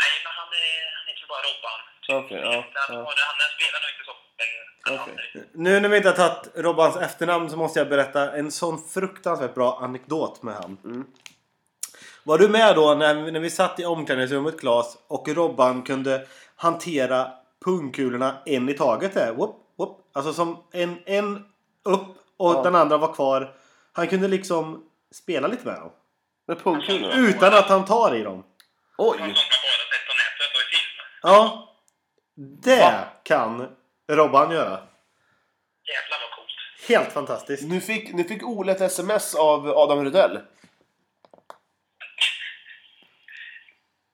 S5: Nej, men han är, han heter bara Robban.
S2: Okej, ja,
S5: han,
S2: ja.
S5: han spelar nog inte så länge.
S2: Okej.
S1: Nu när vi inte har tagit Robbans efternamn så måste jag berätta en sån fruktansvärt bra anekdot med han. Var du med då när, när vi satt i omklädningsrummet Claes och Robban kunde hantera pungkulorna en i taget där? Whoop, whoop. Alltså som en, en upp och
S2: Ja.
S1: den andra var kvar. Han kunde liksom spela lite med dem.
S2: Med pungkulorna?
S1: Utan att han tar i dem.
S2: Oj!
S5: Som man bara sett på nätet och i film.
S1: Ja. Det kan Robban göra.
S5: Jävlar vad coolt.
S1: Helt fantastiskt.
S2: Nu fick, nu fick Ole ett sms av Adam Rudell.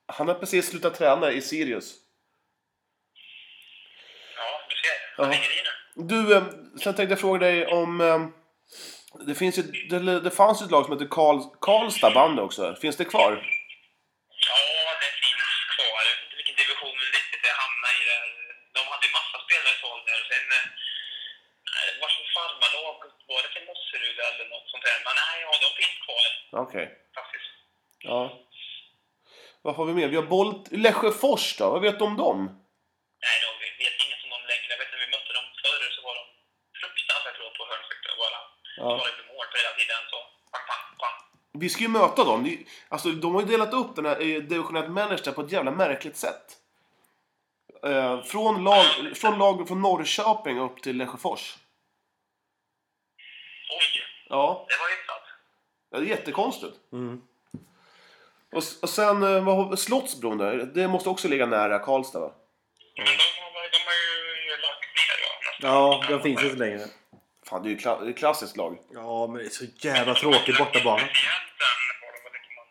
S2: Han har precis slutat träna i Sirius.
S5: Ja, du ser.
S2: Ja.
S5: Han hänger i nu.
S2: Du, eh, sen tänkte jag fråga dig om... eh, Det, finns ju, det, det fanns ju ett lag som heter Karl, Karlstad bandy också. Finns det kvar?
S5: Ja, det finns kvar. Jag vet inte vilken division det riktigt det hamnar i. Där. De hade ju massa spelare sålt där. Och Sen, eh, vars farmarlag var det till Mosserud eller något sånt där? Men nej, ja, de finns kvar
S2: Okej.
S5: faktiskt.
S2: Ja. Vad har vi mer? Vi har Bolt... Lesjöfors då? Vad vet du om dem?
S5: Nej, de vi vet inget om dem längre. Jag vet när vi mötte dem förr så var de fruktansvärt bra på hörnskytte bara.
S2: Ja.
S5: Ja. Svarade på mål på hela tiden så. Pang, pang, pang.
S2: Vi ska ju möta dem. Det är- Alltså, de har ju delat upp den här eh, division 1 Manchester på ett jävla märkligt sätt. Eh, från, lag, från lag från Norrköping upp till Lesjöfors.
S5: Oj,
S2: Ja,
S5: det var hyfsat.
S2: det är jättekonstigt.
S1: Mm.
S2: Och, s- och sen eh, vad har vi- Slottsbron där. Det måste också ligga nära Karlstad va?
S5: Men de, har- de har ju lagt ner ja.
S1: Ja, den finns inte längre.
S2: Fan, det är ju kla- det är ett klassiskt lag.
S1: Ja, men det är så jävla tråkigt bortabana.
S5: Egentligen var de väl inte man.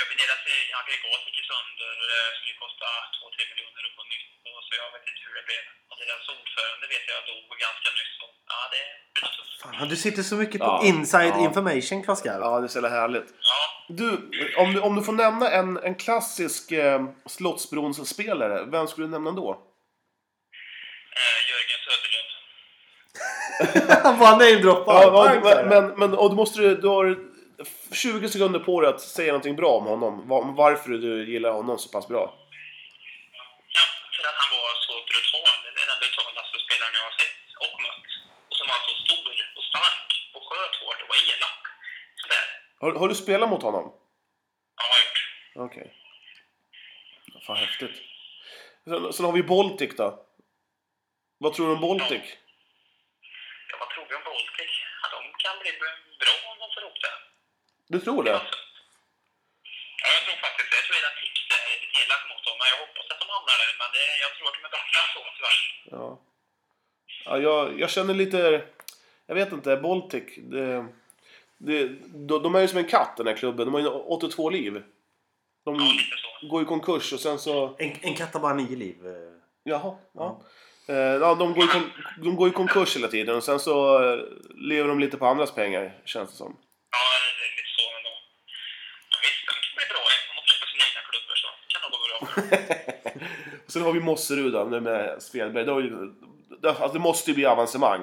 S5: Jag vill deras aggregat gick ju sönder. Det skulle kosta 2-3 miljoner att få nytt. och Så jag vet inte hur det blev. Och deras ordförande vet jag dog ganska nyss. Och, ja, det blir tufft.
S1: Fan, du sitter så mycket på
S2: Ja.
S1: inside
S2: Ja.
S1: information, Klas Garp.
S2: Ja, det är så jävla härligt.
S5: Ja,
S2: Du, om du, om du får nämna en, en klassisk eh, Slottsbrons-spelare, vem skulle du nämna då?
S5: eh, Jörgen Söderlund.
S1: Han bara namedroppar.
S2: Ja,
S1: Tack,
S2: men,
S1: Garp.
S2: men, men och då måste du, du har 20 sekunder på dig att säga någonting bra om honom. Va- Om varför du gillar honom så pass bra.
S5: Ja, för att han var så brutal. Det är den brutalaste spelaren jag har sett och mött. Och som var så stor och stark och sköt hårt och var elak. Sådär.
S2: Har, har du spelat mot honom?
S5: Ja, jag har gjort.
S2: Okej. Fan häftigt. Sen, sen har vi Baltic då. Vad tror du om Baltic?
S5: Ja, vad tror vi om Baltic? Ja, de kan bli bra om de får ihop det.
S2: Du tror det?
S5: Ja, jag tror faktiskt det. Jag tror era tips är lite elak mot dem. men Jag hoppas att de hamnar där, men det, jag tror att de är bättre än så tyvärr.
S2: Ja. ja jag, jag känner lite... Jag vet inte, Baltic. Det, det, de, de är ju som en katt den här klubben. De har ju 82 liv. De
S5: Ja, lite så.
S2: går i konkurs och sen så...
S1: En, en katt har bara nio liv. eh.
S2: Jaha, ja. Eh, ja de, går i kon- de går i konkurs hela tiden och sen så eh, lever de lite på andras pengar, känns det som.
S5: Ja, det är lite så ändå. Men visst, de kan bli bra även om de släpper sina egna klubbar, så kan nog gå bra för dem.
S2: Sen har vi Mosserud då, med- med Svedberg. Det, har ju- det- alltså, det måste ju bli avancemang.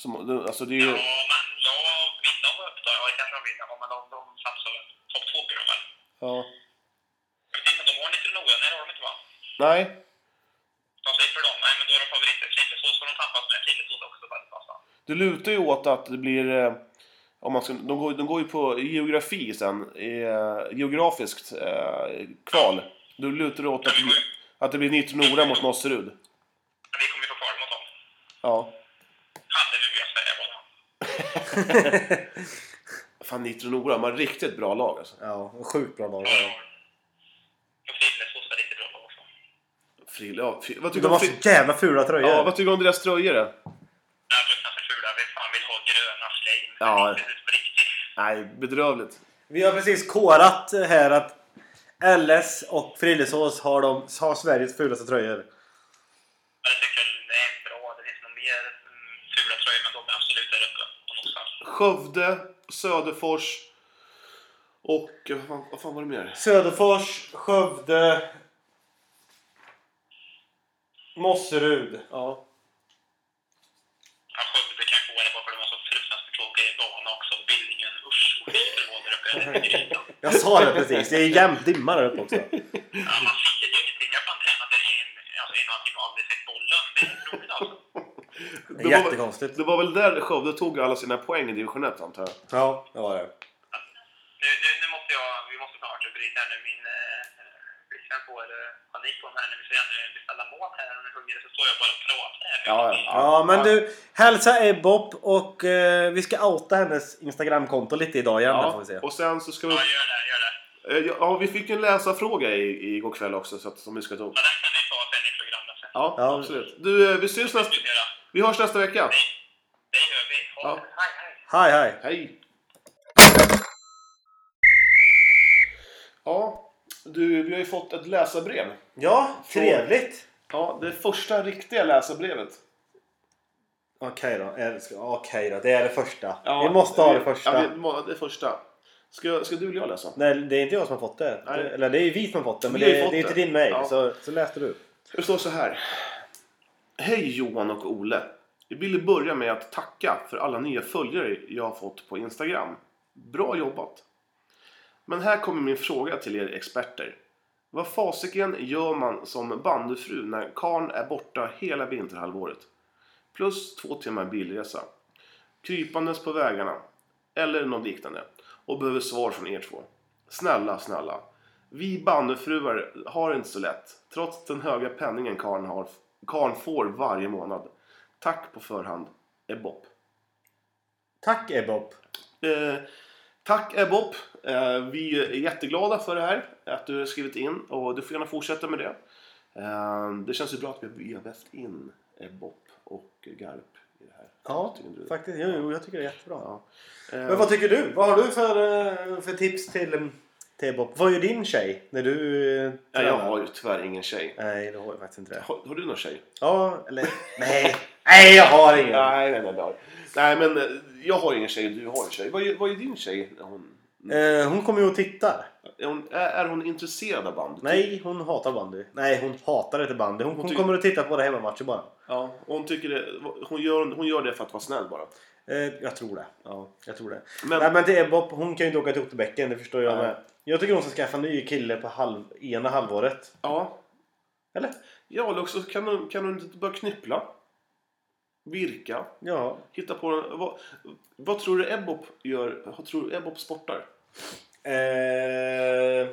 S2: Som, det- alltså, det är ju,
S5: Ja, men jag vill de gå upp då? Ja, det kanske de vill, ja, men de, de satsar väl. Topp två blir de väl.
S2: ja.
S5: Jag vet inte, de har lite noga. Nej, det har de inte va?
S2: Nej,
S5: De säger för dem, nej men då är de favoriter. Chilesås får de tampas med. Chilesås också alltså. väldigt fast va?
S2: det lutar ju åt att det blir... eh, Om man ska, de, går, de går ju på geografi sen, eh, geografiskt eh, kval. Då lutar det åt att det blir, att det blir Nitro-Nora mot Mosserud.
S5: Men vi kommer ju få kvar mot dem.
S2: Ja.
S5: Halleluja, säger jag bara.
S2: Fan, Nitro-Nora, de har riktigt bra lag alltså.
S1: Ja, sjukt bra lag.
S5: Och Frillesås är lite bra på också.
S2: Fril, ja, fri, vad tycker
S1: De
S2: du om
S1: har
S2: fri,
S1: så jävla fula tröjor.
S2: Ja, vad tycker du om deras tröjor då?
S5: Det här är fruktansvärt fula. Vem fan vill ha gröna flame?
S2: Ja.
S5: Det är inte riktigt.
S2: Nej, bedrövligt.
S1: Vi har precis korat eh, här att LS och Frillesås har, de, har Sveriges fulaste tröjor.
S5: Jag tycker det är bra. Det finns nog mer mm, fula tröjor, men de är absolut där uppe på någonstans.
S2: Skövde, Söderfors och eh, vad fan, vad fan var det mer?
S1: Söderfors, Skövde... Mosserud.
S2: Ja.
S5: Ja, Skövde kan få det bara för att de har så fruktansvärt tråkiga bana också. Billingen, usch, och Billingen där uppe. Jag tycker inte om-
S1: Jag sa det precis. Det är jämnt dimma där uppe också.
S5: Ja, man ser ju ingenting. Jag har fan tränat där en, alltså en och en halv timme och aldrig sett bollen. Det är otroligt alltså.
S1: Det
S2: var-
S1: är jättekonstigt.
S2: Det var väl där Skövde tog alla sina poäng i division 1 antar jag.
S1: Ja, det var det.
S5: Nu, nu, nu måste jag, vi måste snart bryta här nu. Min eh, flickvän får eh, panik på mig här nu. Vi ska gärna beställa mat här. Hon är hungrig så står jag bara och pratar här.
S1: Ja, men du. Hälsa Ebbop och eh, vi ska outa hennes Instagramkonto lite idag igen. där Får vi se.
S2: Ja, och sen så ska vi...
S5: Ja, gör det, gör det.
S2: Eh, Ja, vi fick en läsarfråga i, igår kväll också så att, som vi ska ta upp.
S5: Men den kan ni ta sen i programmet sen.
S2: Ja,
S1: Ja.
S2: absolut. Du, eh, vi syns nästa...
S5: Diskutera.
S2: Vi hörs nästa vecka.
S5: Det gör vi. Ha,
S2: Ja.
S5: Hej,
S1: Hej,
S5: hej.
S1: hej.
S2: Hej! Ja, du, vi har ju fått ett läsarbrev.
S1: Ja, trevligt.
S2: Ja, det första riktiga läsarbrevet.
S1: Okej då. är det- ska- Okej då. Det är det första.
S2: Ja,
S1: vi måste ha
S2: vi-
S1: det första.
S2: Ja, vi, må- det första. Ska, ska du eller jag läsa?
S1: Nej, det är inte jag som har fått det.
S2: Nej.
S1: Eller det är ju vi som har fått det, men
S2: Vi har ju
S1: det,
S2: fått
S1: det är inte
S2: det.
S1: din mail.
S2: Ja.
S1: Så, så läste du.
S2: Det står så här. Hej Johan och Ole. Jag ville börja med att tacka för alla nya följare jag har fått på Instagram. Bra jobbat! Men här kommer min fråga till er experter. Vad fasiken gör man som bandefru när karn är borta hela vinterhalvåret? Plus två timmar bilresa. Krypandes på vägarna. Eller något liknande. Och behöver svar från er två. Snälla, snälla. Vi bandefruar har det inte så lätt. Trots den höga penningen karln, har, karln får varje månad. Tack på förhand, Ebbop.
S1: Tack Ebbop.
S2: Eh, tack Ebbop. Eh, vi är jätteglada för det här. Att du har skrivit in. Och du får gärna fortsätta med det. Eh, det känns ju bra att vi har vävt in Ebbop och Garp i det här.
S1: Ja,
S2: Tycker du?
S1: faktiskt. Jo, jo, jag tycker det är jättebra.
S2: Ja. Eh,
S1: Men vad tycker du? Vad har du för, eh, för tips till, till Ebbop? Vad gör din tjej när du eh,
S2: Ja, jag
S1: tränar?
S2: har ju tyvärr ingen tjej.
S1: Nej, det har jag faktiskt inte det.
S2: Har, har du någon tjej?
S1: Ja, eller... Nej! Nej, jag har ingen!
S2: Nej, nej, nej. nej. nej men eh, jag har ingen tjej, du har en tjej. Vad, är- vad är din tjej? Hon,
S1: Eh, hon kommer ju och tittar.
S2: är, hon, är, är hon intresserad av bandet?
S1: Nej, hon hatar bandy. Nej, hon hatar inte bandy. Hon, hon
S2: tycker-
S1: kommer att titta på våra hemmamatcher bara.
S2: Ja, och hon, tycker det, hon, gör, hon gör det för att vara snäll bara.
S1: Eh, jag tror det. Ja, jag tror det.
S2: Men-
S1: Nej, men det är Bob, hon kan ju inte åka till Otterbäcken, det förstår jag
S2: Nej.
S1: med. Jag tycker hon ska skaffa en ny kille på halv, ena halvåret.
S2: Ja,
S1: Eller?
S2: ja eller också kan hon, kan hon inte börja knyppla? Virka?
S1: Ja.
S2: Hitta på vad, vad tror du Ebbop gör? Vad tror du Ebbop sportar?
S1: Eh,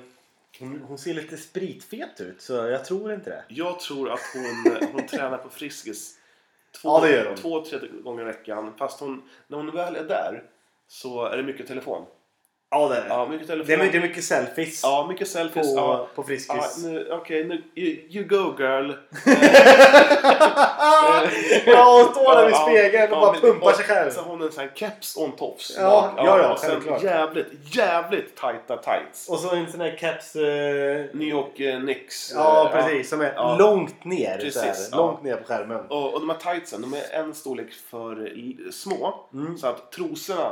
S1: hon, hon ser lite spritfet ut, så jag tror inte det.
S2: Jag tror att hon, hon tränar på Friskis två,
S1: Ja, det gör hon.
S2: två, tre gånger i veckan. Fast hon, när hon väl är där så är det mycket telefon.
S1: Ja, det är
S2: Ja, mycket telefon.
S1: det. Är, my- det är mycket selfies
S2: Ja, mycket selfies.
S1: på,
S2: ja.
S1: på Friskis.
S2: Ja, nu- Okej, nu, you, you go girl.
S1: ja, hon står där vid
S2: Ja,
S1: spegeln och
S2: ja,
S1: bara
S2: men-
S1: pumpar sig själv.
S2: Så har hon en sån här keps och en tofs.
S1: Ja,
S2: bak.
S1: ja, ja,
S2: och sen
S1: självklart.
S2: jävligt, jävligt tajta tights.
S1: Och så en sån där caps... Eh,
S2: New York eh, Knicks. eh,
S1: ja, precis. Som är
S2: Ja.
S1: långt ner.
S2: Precis,
S1: så här,
S2: ja.
S1: Långt ner på skärmen.
S2: Och, och de här tightsen, de är en storlek för l- små. Så att trosorna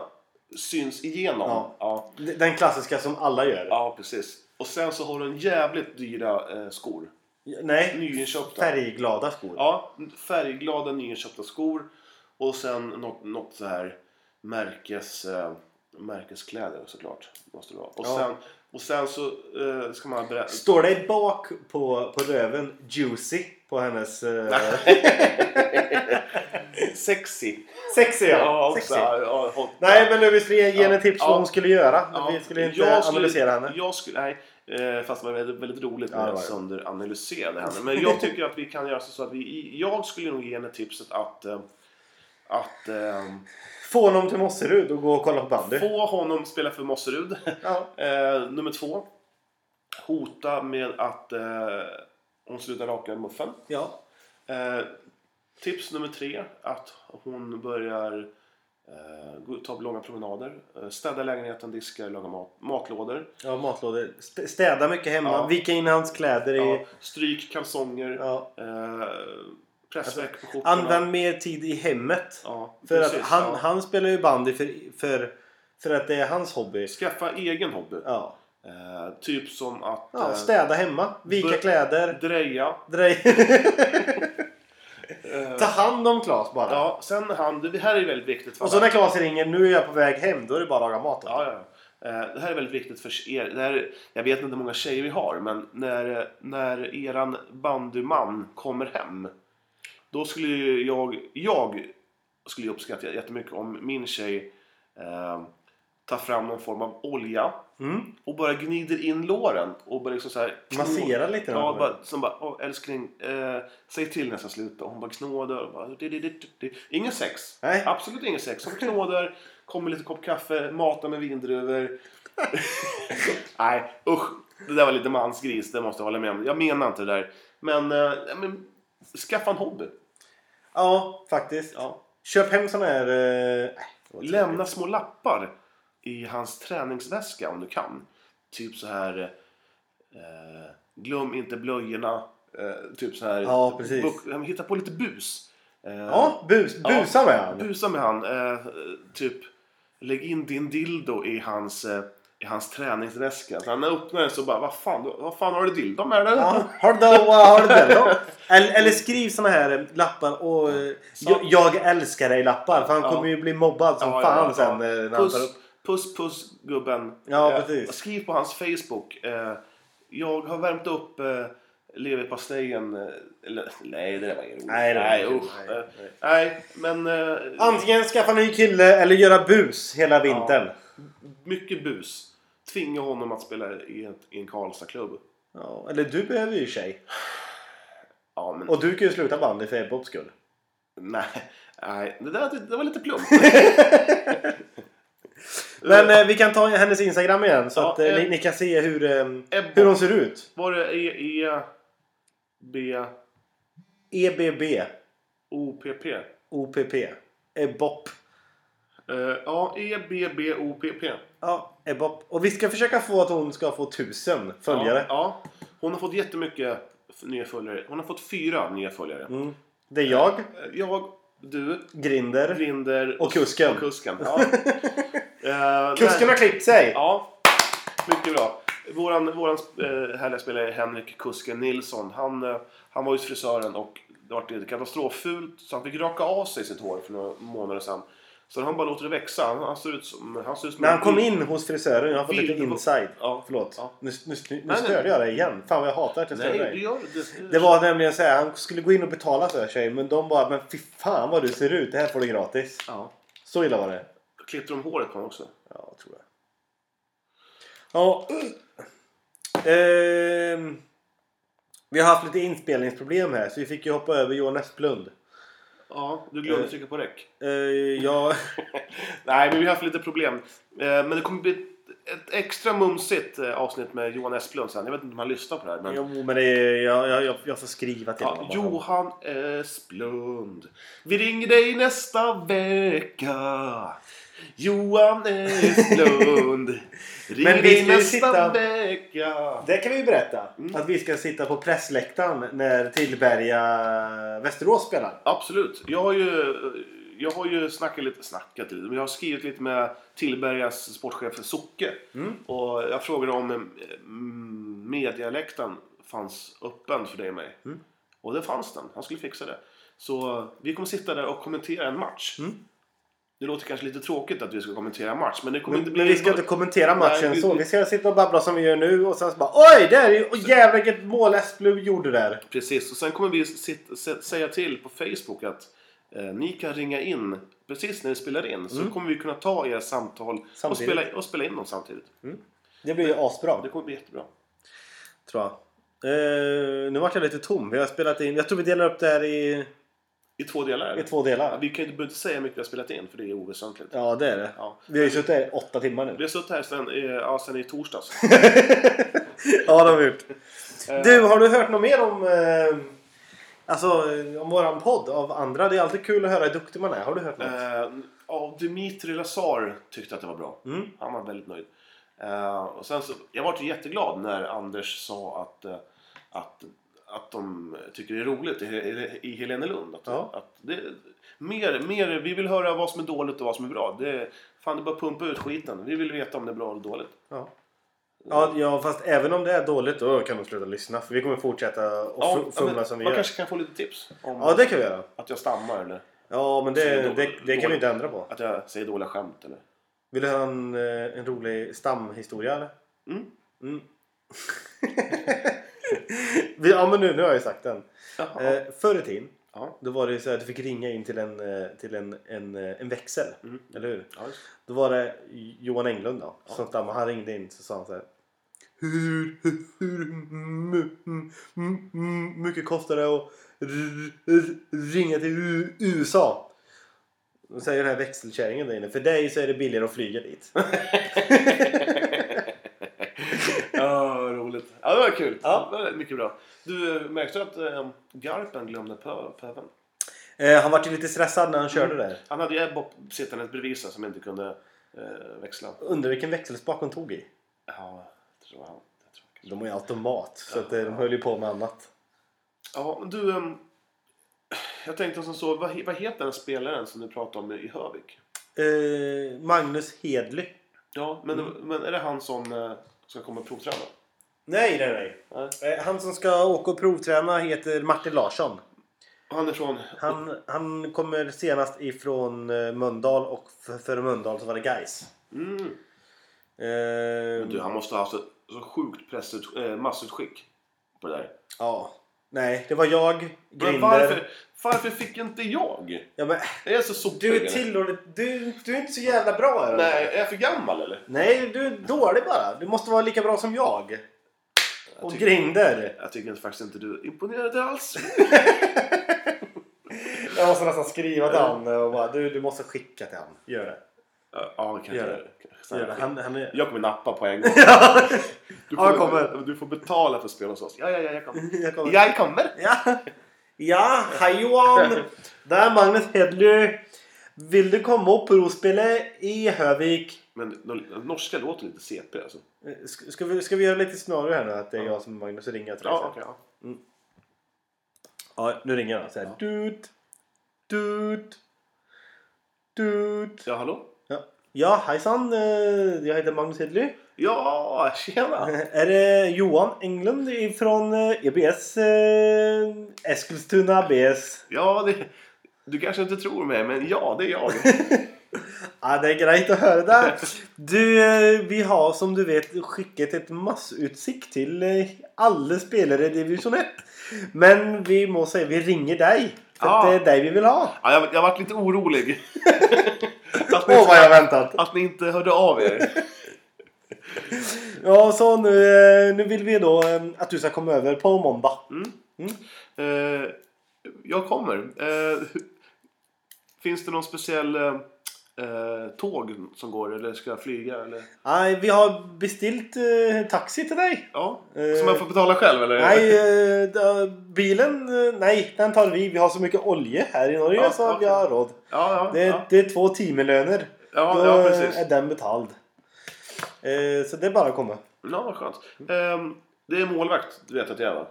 S2: syns igenom.
S1: Mm. Ja.
S2: Ja,
S1: Den klassiska som alla gör.
S2: ja, precis. Och sen så har hon jävligt dyra eh, skor.
S1: Nej,
S2: Nyinköpta.
S1: färgglada skor.
S2: Ja, färgglada nyinköpta skor. Och sen något, något så här märkes, eh, märkeskläder såklart. Måste det vara. Och,
S1: Ja.
S2: sen, och sen så eh, ska man berätta...
S1: Står det bak på, på röven Juicy på hennes... Eh,
S2: Sexy.
S1: sexy ja!
S2: också.
S1: Sexy.
S2: Ja, hot-
S1: Nej men nu vi skulle ge henne
S2: Ja.
S1: tips vad
S2: Ja.
S1: hon skulle göra.
S2: Ja,
S1: vi skulle inte
S2: jag
S1: analysera henne.
S2: Jag skulle, nej, eh, fast det var väldigt, väldigt roligt
S1: Ja,
S2: när
S1: det
S2: jag
S1: var det.
S2: sönderanalyserade henne. Men jag tycker att vi kan göra så att vi... Jag skulle nog ge henne tipset att... eh, Att ehm,
S1: Få honom till Mosserud och gå och kolla på bandy.
S2: få honom spela för Mosserud.
S1: Ja.
S2: Eh, nummer två. Hota med att eh, hon slutar raka muffen.
S1: ja.
S2: Eh, tips nummer tre. Att hon börjar Eh, gå ut, ta långa promenader. Eh, städa lägenheten, diska, laga mat, matlådor.
S1: Ja, matlådor. St- Städa mycket hemma.
S2: Ja.
S1: Vika in hans kläder
S2: Ja,
S1: i...
S2: stryk kalsonger.
S1: Ja. Alltså,
S2: Eh, pressväck på skjortorna.
S1: Använd mer tid i hemmet.
S2: Ja,
S1: för
S2: precis,
S1: att han,
S2: ja.
S1: han spelar ju bandy för, för, för att det är hans hobby.
S2: Skaffa egen hobby.
S1: Ja.
S2: Eh, typ som att
S1: ja
S2: eh,
S1: städa hemma. Vika
S2: bör-
S1: kläder.
S2: dreja. Eh,
S1: Drej... Ta hand om Klas bara.
S2: Ja, sen han, det här är väldigt viktigt. För
S1: Och så
S2: alla.
S1: när Klas ringer nu är jag på väg hem. Då är det bara att laga mat. åt
S2: Ja, ja. Eh, Det här är väldigt viktigt för er. Det här, jag vet inte hur många tjejer vi har, men när, när eran bandyman kommer hem. Då skulle ju jag, jag skulle ju uppskatta jättemycket om min tjej eh, tar fram någon form av olja
S1: Mm.
S2: och bara gnider in låren och bara liksom så här
S1: Massera lite.
S2: Ja,
S1: då.
S2: bara, som bara, Åh, älskling, eh, säg till när jag ska sluta. Hon bara knådar och bara, "Di, di, di, di, di." Ingen sex.
S1: Nej.
S2: Absolut ingen sex. Hon knådar, kommer lite kopp kaffe, matar med vindruvor. Nej, usch. Det där var lite mansgris, det måste jag hålla med om. Jag menar inte det där. Men, eh, ja, men skaffa en hobby.
S1: ja faktiskt.
S2: Ja.
S1: Köp hem sån här... Eh... nej, det var
S2: Lämna små lappar i hans träningsväska om du kan. Typ så här... Eh, glöm inte blöjorna. Eh, typ så här...
S1: Ja, precis.
S2: Buk- hitta på lite bus. Eh,
S1: Ja, bus, busa med han.
S2: Busa med han. Eh, typ, lägg in din dildo i hans, eh, i hans träningsväska. Så han öppnar den så bara, vad fan, du- vad fan har du dildo med dig?
S1: Ja, har du då, vad har du där då? Eller, eller skriv såna här eh, lappar och eh, jag, jag älskar dig lappar för han
S2: Ja.
S1: kommer ju bli mobbad som
S2: Ja, ja,
S1: fan
S2: ja.
S1: sen eh, när han tar
S2: Puss,
S1: upp.
S2: puss, puss gubben.
S1: Ja,
S2: Eh,
S1: precis.
S2: Skriv på hans Facebook. Eh, jag har värmt upp eh, leverpastejen. eh, Eller, nej, det där var ingen rolig.
S1: Nej, det var
S2: nej,
S1: ingen rolig.
S2: usch.
S1: Nej,
S2: Eh, nej, men eh,
S1: Antingen skaffa ny kille eller göra bus hela vintern.
S2: mycket bus. Tvinga honom att spela i, ett, i en Karlstad-klubb.
S1: Ja, eller du behöver ju tjej.
S2: Ja, men
S1: Och du kan ju sluta bandy för Ebbobs skull.
S2: nej. nej det, där, det, det var lite plumpt.
S1: Men eh, vi kan ta hennes Instagram igen så
S2: Ja,
S1: att eh,
S2: Eb-
S1: ni, ni kan se hur, eh,
S2: Ebbo.
S1: hur hon ser ut.
S2: Var det E, E, B,
S1: E EBB
S2: O, P, P?
S1: OPP Ebbop.
S2: Eh, ja, E, B, B, O, P, P.
S1: Ja, Ebbop. Och vi ska försöka få att hon ska få tusen följare.
S2: Ja, ja. Hon har fått jättemycket f- nya följare. Hon har fått fyra nya följare.
S1: Mm. Det är jag,
S2: Eh, Jag, du,
S1: Grinder.
S2: Grinder
S1: Och kusken.
S2: Och kusken, ja. Eh,
S1: Kusken har
S2: nej.
S1: klippt sig!
S2: Ja, mycket bra. Våran, våran eh, härliga spelare Henrik Kusken Nilsson, han, eh, han var hos frisören och det var katastroffult så han fick raka av sig sitt hår för några månader sedan. Så han bara låter det växa. Han, han ser ut som... Han ser ut som
S1: När han
S2: en-
S1: kom in hos frisören, jag har fått lite
S2: Vill-
S1: inside.
S2: Ja.
S1: Förlåt.
S2: Ja.
S1: Nu, nu, nu
S2: nej.
S1: störde jag dig igen. Fan vad jag hatar att jag störde
S2: Nej, du
S1: dig.
S2: gör det.
S1: Det var nämligen så här, han skulle gå in och betala för sig men de bara men fy fan vad du ser ut, det här får du gratis.
S2: Ja.
S1: Så illa var det.
S2: Klippte de håret på honom också?
S1: Ja, tror jag. Ja. Ehm, vi har haft lite inspelningsproblem här så vi fick ju hoppa över Johan Esplund.
S2: Ja, du glömde
S1: Eh.
S2: trycka på räck.
S1: Eh, jag...
S2: Nej, men vi har haft lite problem. Eh, Men det kommer bli ett- ett extra mumsigt eh, avsnitt med Johan Esplund sen. Jag vet inte om han lyssnar på det här. Men...
S1: Jo men det är, jag, jag- jag, jag får skriva till
S2: Ja,
S1: honom. bara.
S2: Johan Esplund. Vi ringer dig nästa vecka. Johan Esplund. ringer
S1: Men vi
S2: dig
S1: ska ju
S2: nästa
S1: sitta-
S2: vecka.
S1: Det kan vi ju berätta. Att vi ska sitta på pressläktaren när Tillberga eh, Västerås spelar.
S2: Absolut. Jag har ju... Jag har ju snackat lite, snackat lite, men jag har skrivit lite med Tillbergas sportchef Socke.
S1: Mm.
S2: Och jag frågade om eh, mm, medialäktaren fanns öppen för dig och mig.
S1: Mm.
S2: Och det fanns den. Han skulle fixa det. Så vi kommer sitta där och kommentera en match.
S1: Mm.
S2: Det låter kanske lite tråkigt att vi ska kommentera en match, men det kommer
S1: Men,
S2: inte bli...
S1: men vi ska inte kommentera matchen
S2: Nej, vi-
S1: så. Vi ska sitta och babbla som vi gör nu och sen så bara Oj! Där är ju... Och jävlar vilket mål Esplund gjorde där.
S2: Precis, och sen kommer vi sit, sä- säga till på Facebook att eh, ni kan ringa in precis när ni spelar in. Så kommer vi kunna ta era samtal och
S1: Mm. Samtidigt.
S2: spela, och spela in dem samtidigt.
S1: Det blir ju asbra.
S2: Det kommer bli jättebra.
S1: Tror jag. Eh, nu vart jag lite tom. Vi har spelat in... Jag tror vi delar upp det här i,
S2: I två delar.
S1: i två
S2: Ja,
S1: delar.
S2: Vi kan ju inte behöver inte säga hur mycket vi har spelat in, för det är oväsentligt.
S1: Ja, det är det.
S2: Ja.
S1: Vi har ju suttit här i åtta timmar nu.
S2: Vi har suttit här sen, eh, ja, sen i torsdags.
S1: Ja, det har vi gjort. Du, har du hört något mer om eh, Alltså om våran podd av andra. Det är alltid kul att höra hur duktig man är. Har du hört något?
S2: Eh, ja, Dimitri Lazar tyckte att det var bra.
S1: Mm.
S2: Han var väldigt nöjd. Eh, och sen så, jag var ju jätteglad när Anders sa att, eh, att, att de tycker det är roligt i, i, i Helenelund. Att,
S1: Ja.
S2: att det, mer, mer, vi vill höra vad som är dåligt och vad som är bra. Det, fan, det bara pumpa ut skiten. Vi vill veta om det är bra eller dåligt.
S1: Ja. Ja, ja, fast även om det är dåligt då kan de sluta lyssna. För vi kommer fortsätta och
S2: Ja,
S1: fu- fumla
S2: men
S1: som vi
S2: man
S1: gör.
S2: kanske kan få lite tips om
S1: Ja, det kan vi göra.
S2: att jag stammar eller
S1: Ja, men
S2: Så det är
S1: det,
S2: då-
S1: det, det kan vi
S2: dåligt.
S1: inte ändra på.
S2: att jag säger dåliga skämt. Eller.
S1: Vill du höra en, eh, en rolig stamhistoria eller?
S2: Mm.
S1: Mm. Vi- ja men nu, nu har jag ju sagt den.
S2: Jaha.
S1: Eh, förr i tiden,
S2: Ja.
S1: då var det ju så här, du fick ringa in till en, eh, till en, en, eh, en växel.
S2: Mm.
S1: Eller hur?
S2: Ja, just
S1: Då var det Johan Englund då, som stammade. Han ringde in så sa han så här. Hur, hur, hur mm, m- m- m- m- mm, mycket kostar det att r- r- ringa till U- USA? Då säger den här växelkärringen där inne. För dig så är det billigare att flyga dit.
S2: Ja, vad roligt. Ja, det var kul.
S1: Ja.
S2: Det var mycket bra. Du, eh, märkte du att eh, Garpen glömde pö- pöven?
S1: Eh, han var ju lite stressad när han körde där.
S2: Han hade ju Ebbop sittandes bredvid sig som inte kunde eh, växla.
S1: Undrar vilken växelspak hon tog i.
S2: Ja, jag tror han. Jag tror han.
S1: De har ju automat så att, eh, de höll ju på med annat.
S2: Ja, men du. ehm, jag tänkte som så. Vad, he- vad heter den spelaren som du pratade om i Hövik?
S1: Eh, Magnus Hedly.
S2: Ja, mm. men, men är det han som eh, ska komma och provträna?
S1: Nej, nej, nej. Eh, han som ska åka och provträna heter Martin Larsson.
S2: Han är från...
S1: Han, han kommer senast ifrån eh, Mölndal och för, för Mölndal så var det Gais.
S2: Mm.
S1: Eh,
S2: Du, han måste ha haft ett så sjukt pressut, eh, massutskick på det där.
S1: Ja. Nej, det var jag,
S2: Men
S1: Grinder.
S2: varför, varför fick inte jag?
S1: Ja, men,
S2: Jag är så sopig.
S1: du är
S2: eller?
S1: tillrådet. Du, du är inte så jävla bra. Är du?
S2: Nej, är jag för gammal eller?
S1: Nej, du är dålig bara. Du måste vara lika bra som jag. Och
S2: tycker-
S1: Grinder.
S2: Jag tycker faktiskt inte du imponerade alls.
S1: Jag måste nästan skriva till han och bara du, du måste skicka till han. Gör det.
S2: ja, kan
S1: Gör
S2: jag
S1: det.
S2: göra det. Så
S1: Gör det.
S2: här, skit.
S1: Han, han är...
S2: Jag kommer nappa på en gång. Du
S1: Ja, jag kommer.
S2: Du får betala för att spela hos oss. Ja, ja, ja, jag kommer.
S1: Jag kommer...
S2: Jag kommer!
S1: Ja. ja, hej Johan! Det är Magnus Hedlund. Vill du komma upp och spela i Hövik?
S2: Men de- norska låter lite CP alltså.
S1: Eh, sk- Ska vi, ska vi göra lite scenario här nu? Att det är jag som är Magnus och ringer till dig
S2: Ja,
S1: sen?
S2: okej. ja.
S1: ja, nu ringer han. Så här, dut, dut, dut.
S2: ja, hallå?
S1: Ja. ja, hejsan. eh, Jag heter Magnus Hedlund.
S2: Ja, tjena!
S1: Är det Johan Englund från EBS eh, Eskilstuna ABS?
S2: Ja, det... Du kanske inte tror mig, men ja, det är jag.
S1: Ja, det är grejt att höra det. Du, eh, vi har som du vet skickat ett massutsikt till eh, alla spelare i division 1. Men vi måste säga, vi ringer dig. För att
S2: Ja.
S1: det är dig vi vill ha.
S2: Ja, jag, jag varit lite orolig. att, ni
S1: Åh, vad
S2: inte,
S1: jag väntat.
S2: att ni inte hörde av er.
S1: Ja, så nu, eh, nu vill vi då eh, att du ska komma över på måndag.
S2: Eh, jag kommer. Eh, finns det någon speciell eh, eh, tåg som går eller ska jag flyga? Eller?
S1: Nej, vi har beställt eh, taxi till dig.
S2: Ja.
S1: Eh,
S2: Som jag får betala själv eller?
S1: Nej, eh, d- bilen, eh, nej, den tar vi. Vi har så mycket olja här i Norge
S2: Ja,
S1: så
S2: okej.
S1: vi har råd.
S2: Ja, ja,
S1: Det,
S2: ja.
S1: det är två timelöner.
S2: ja,
S1: Då
S2: ja precis.
S1: är den betald. Eh, så det är bara att komma.
S2: Ja, vad skönt. Ehm, det är målvakt, du vet att jag är va?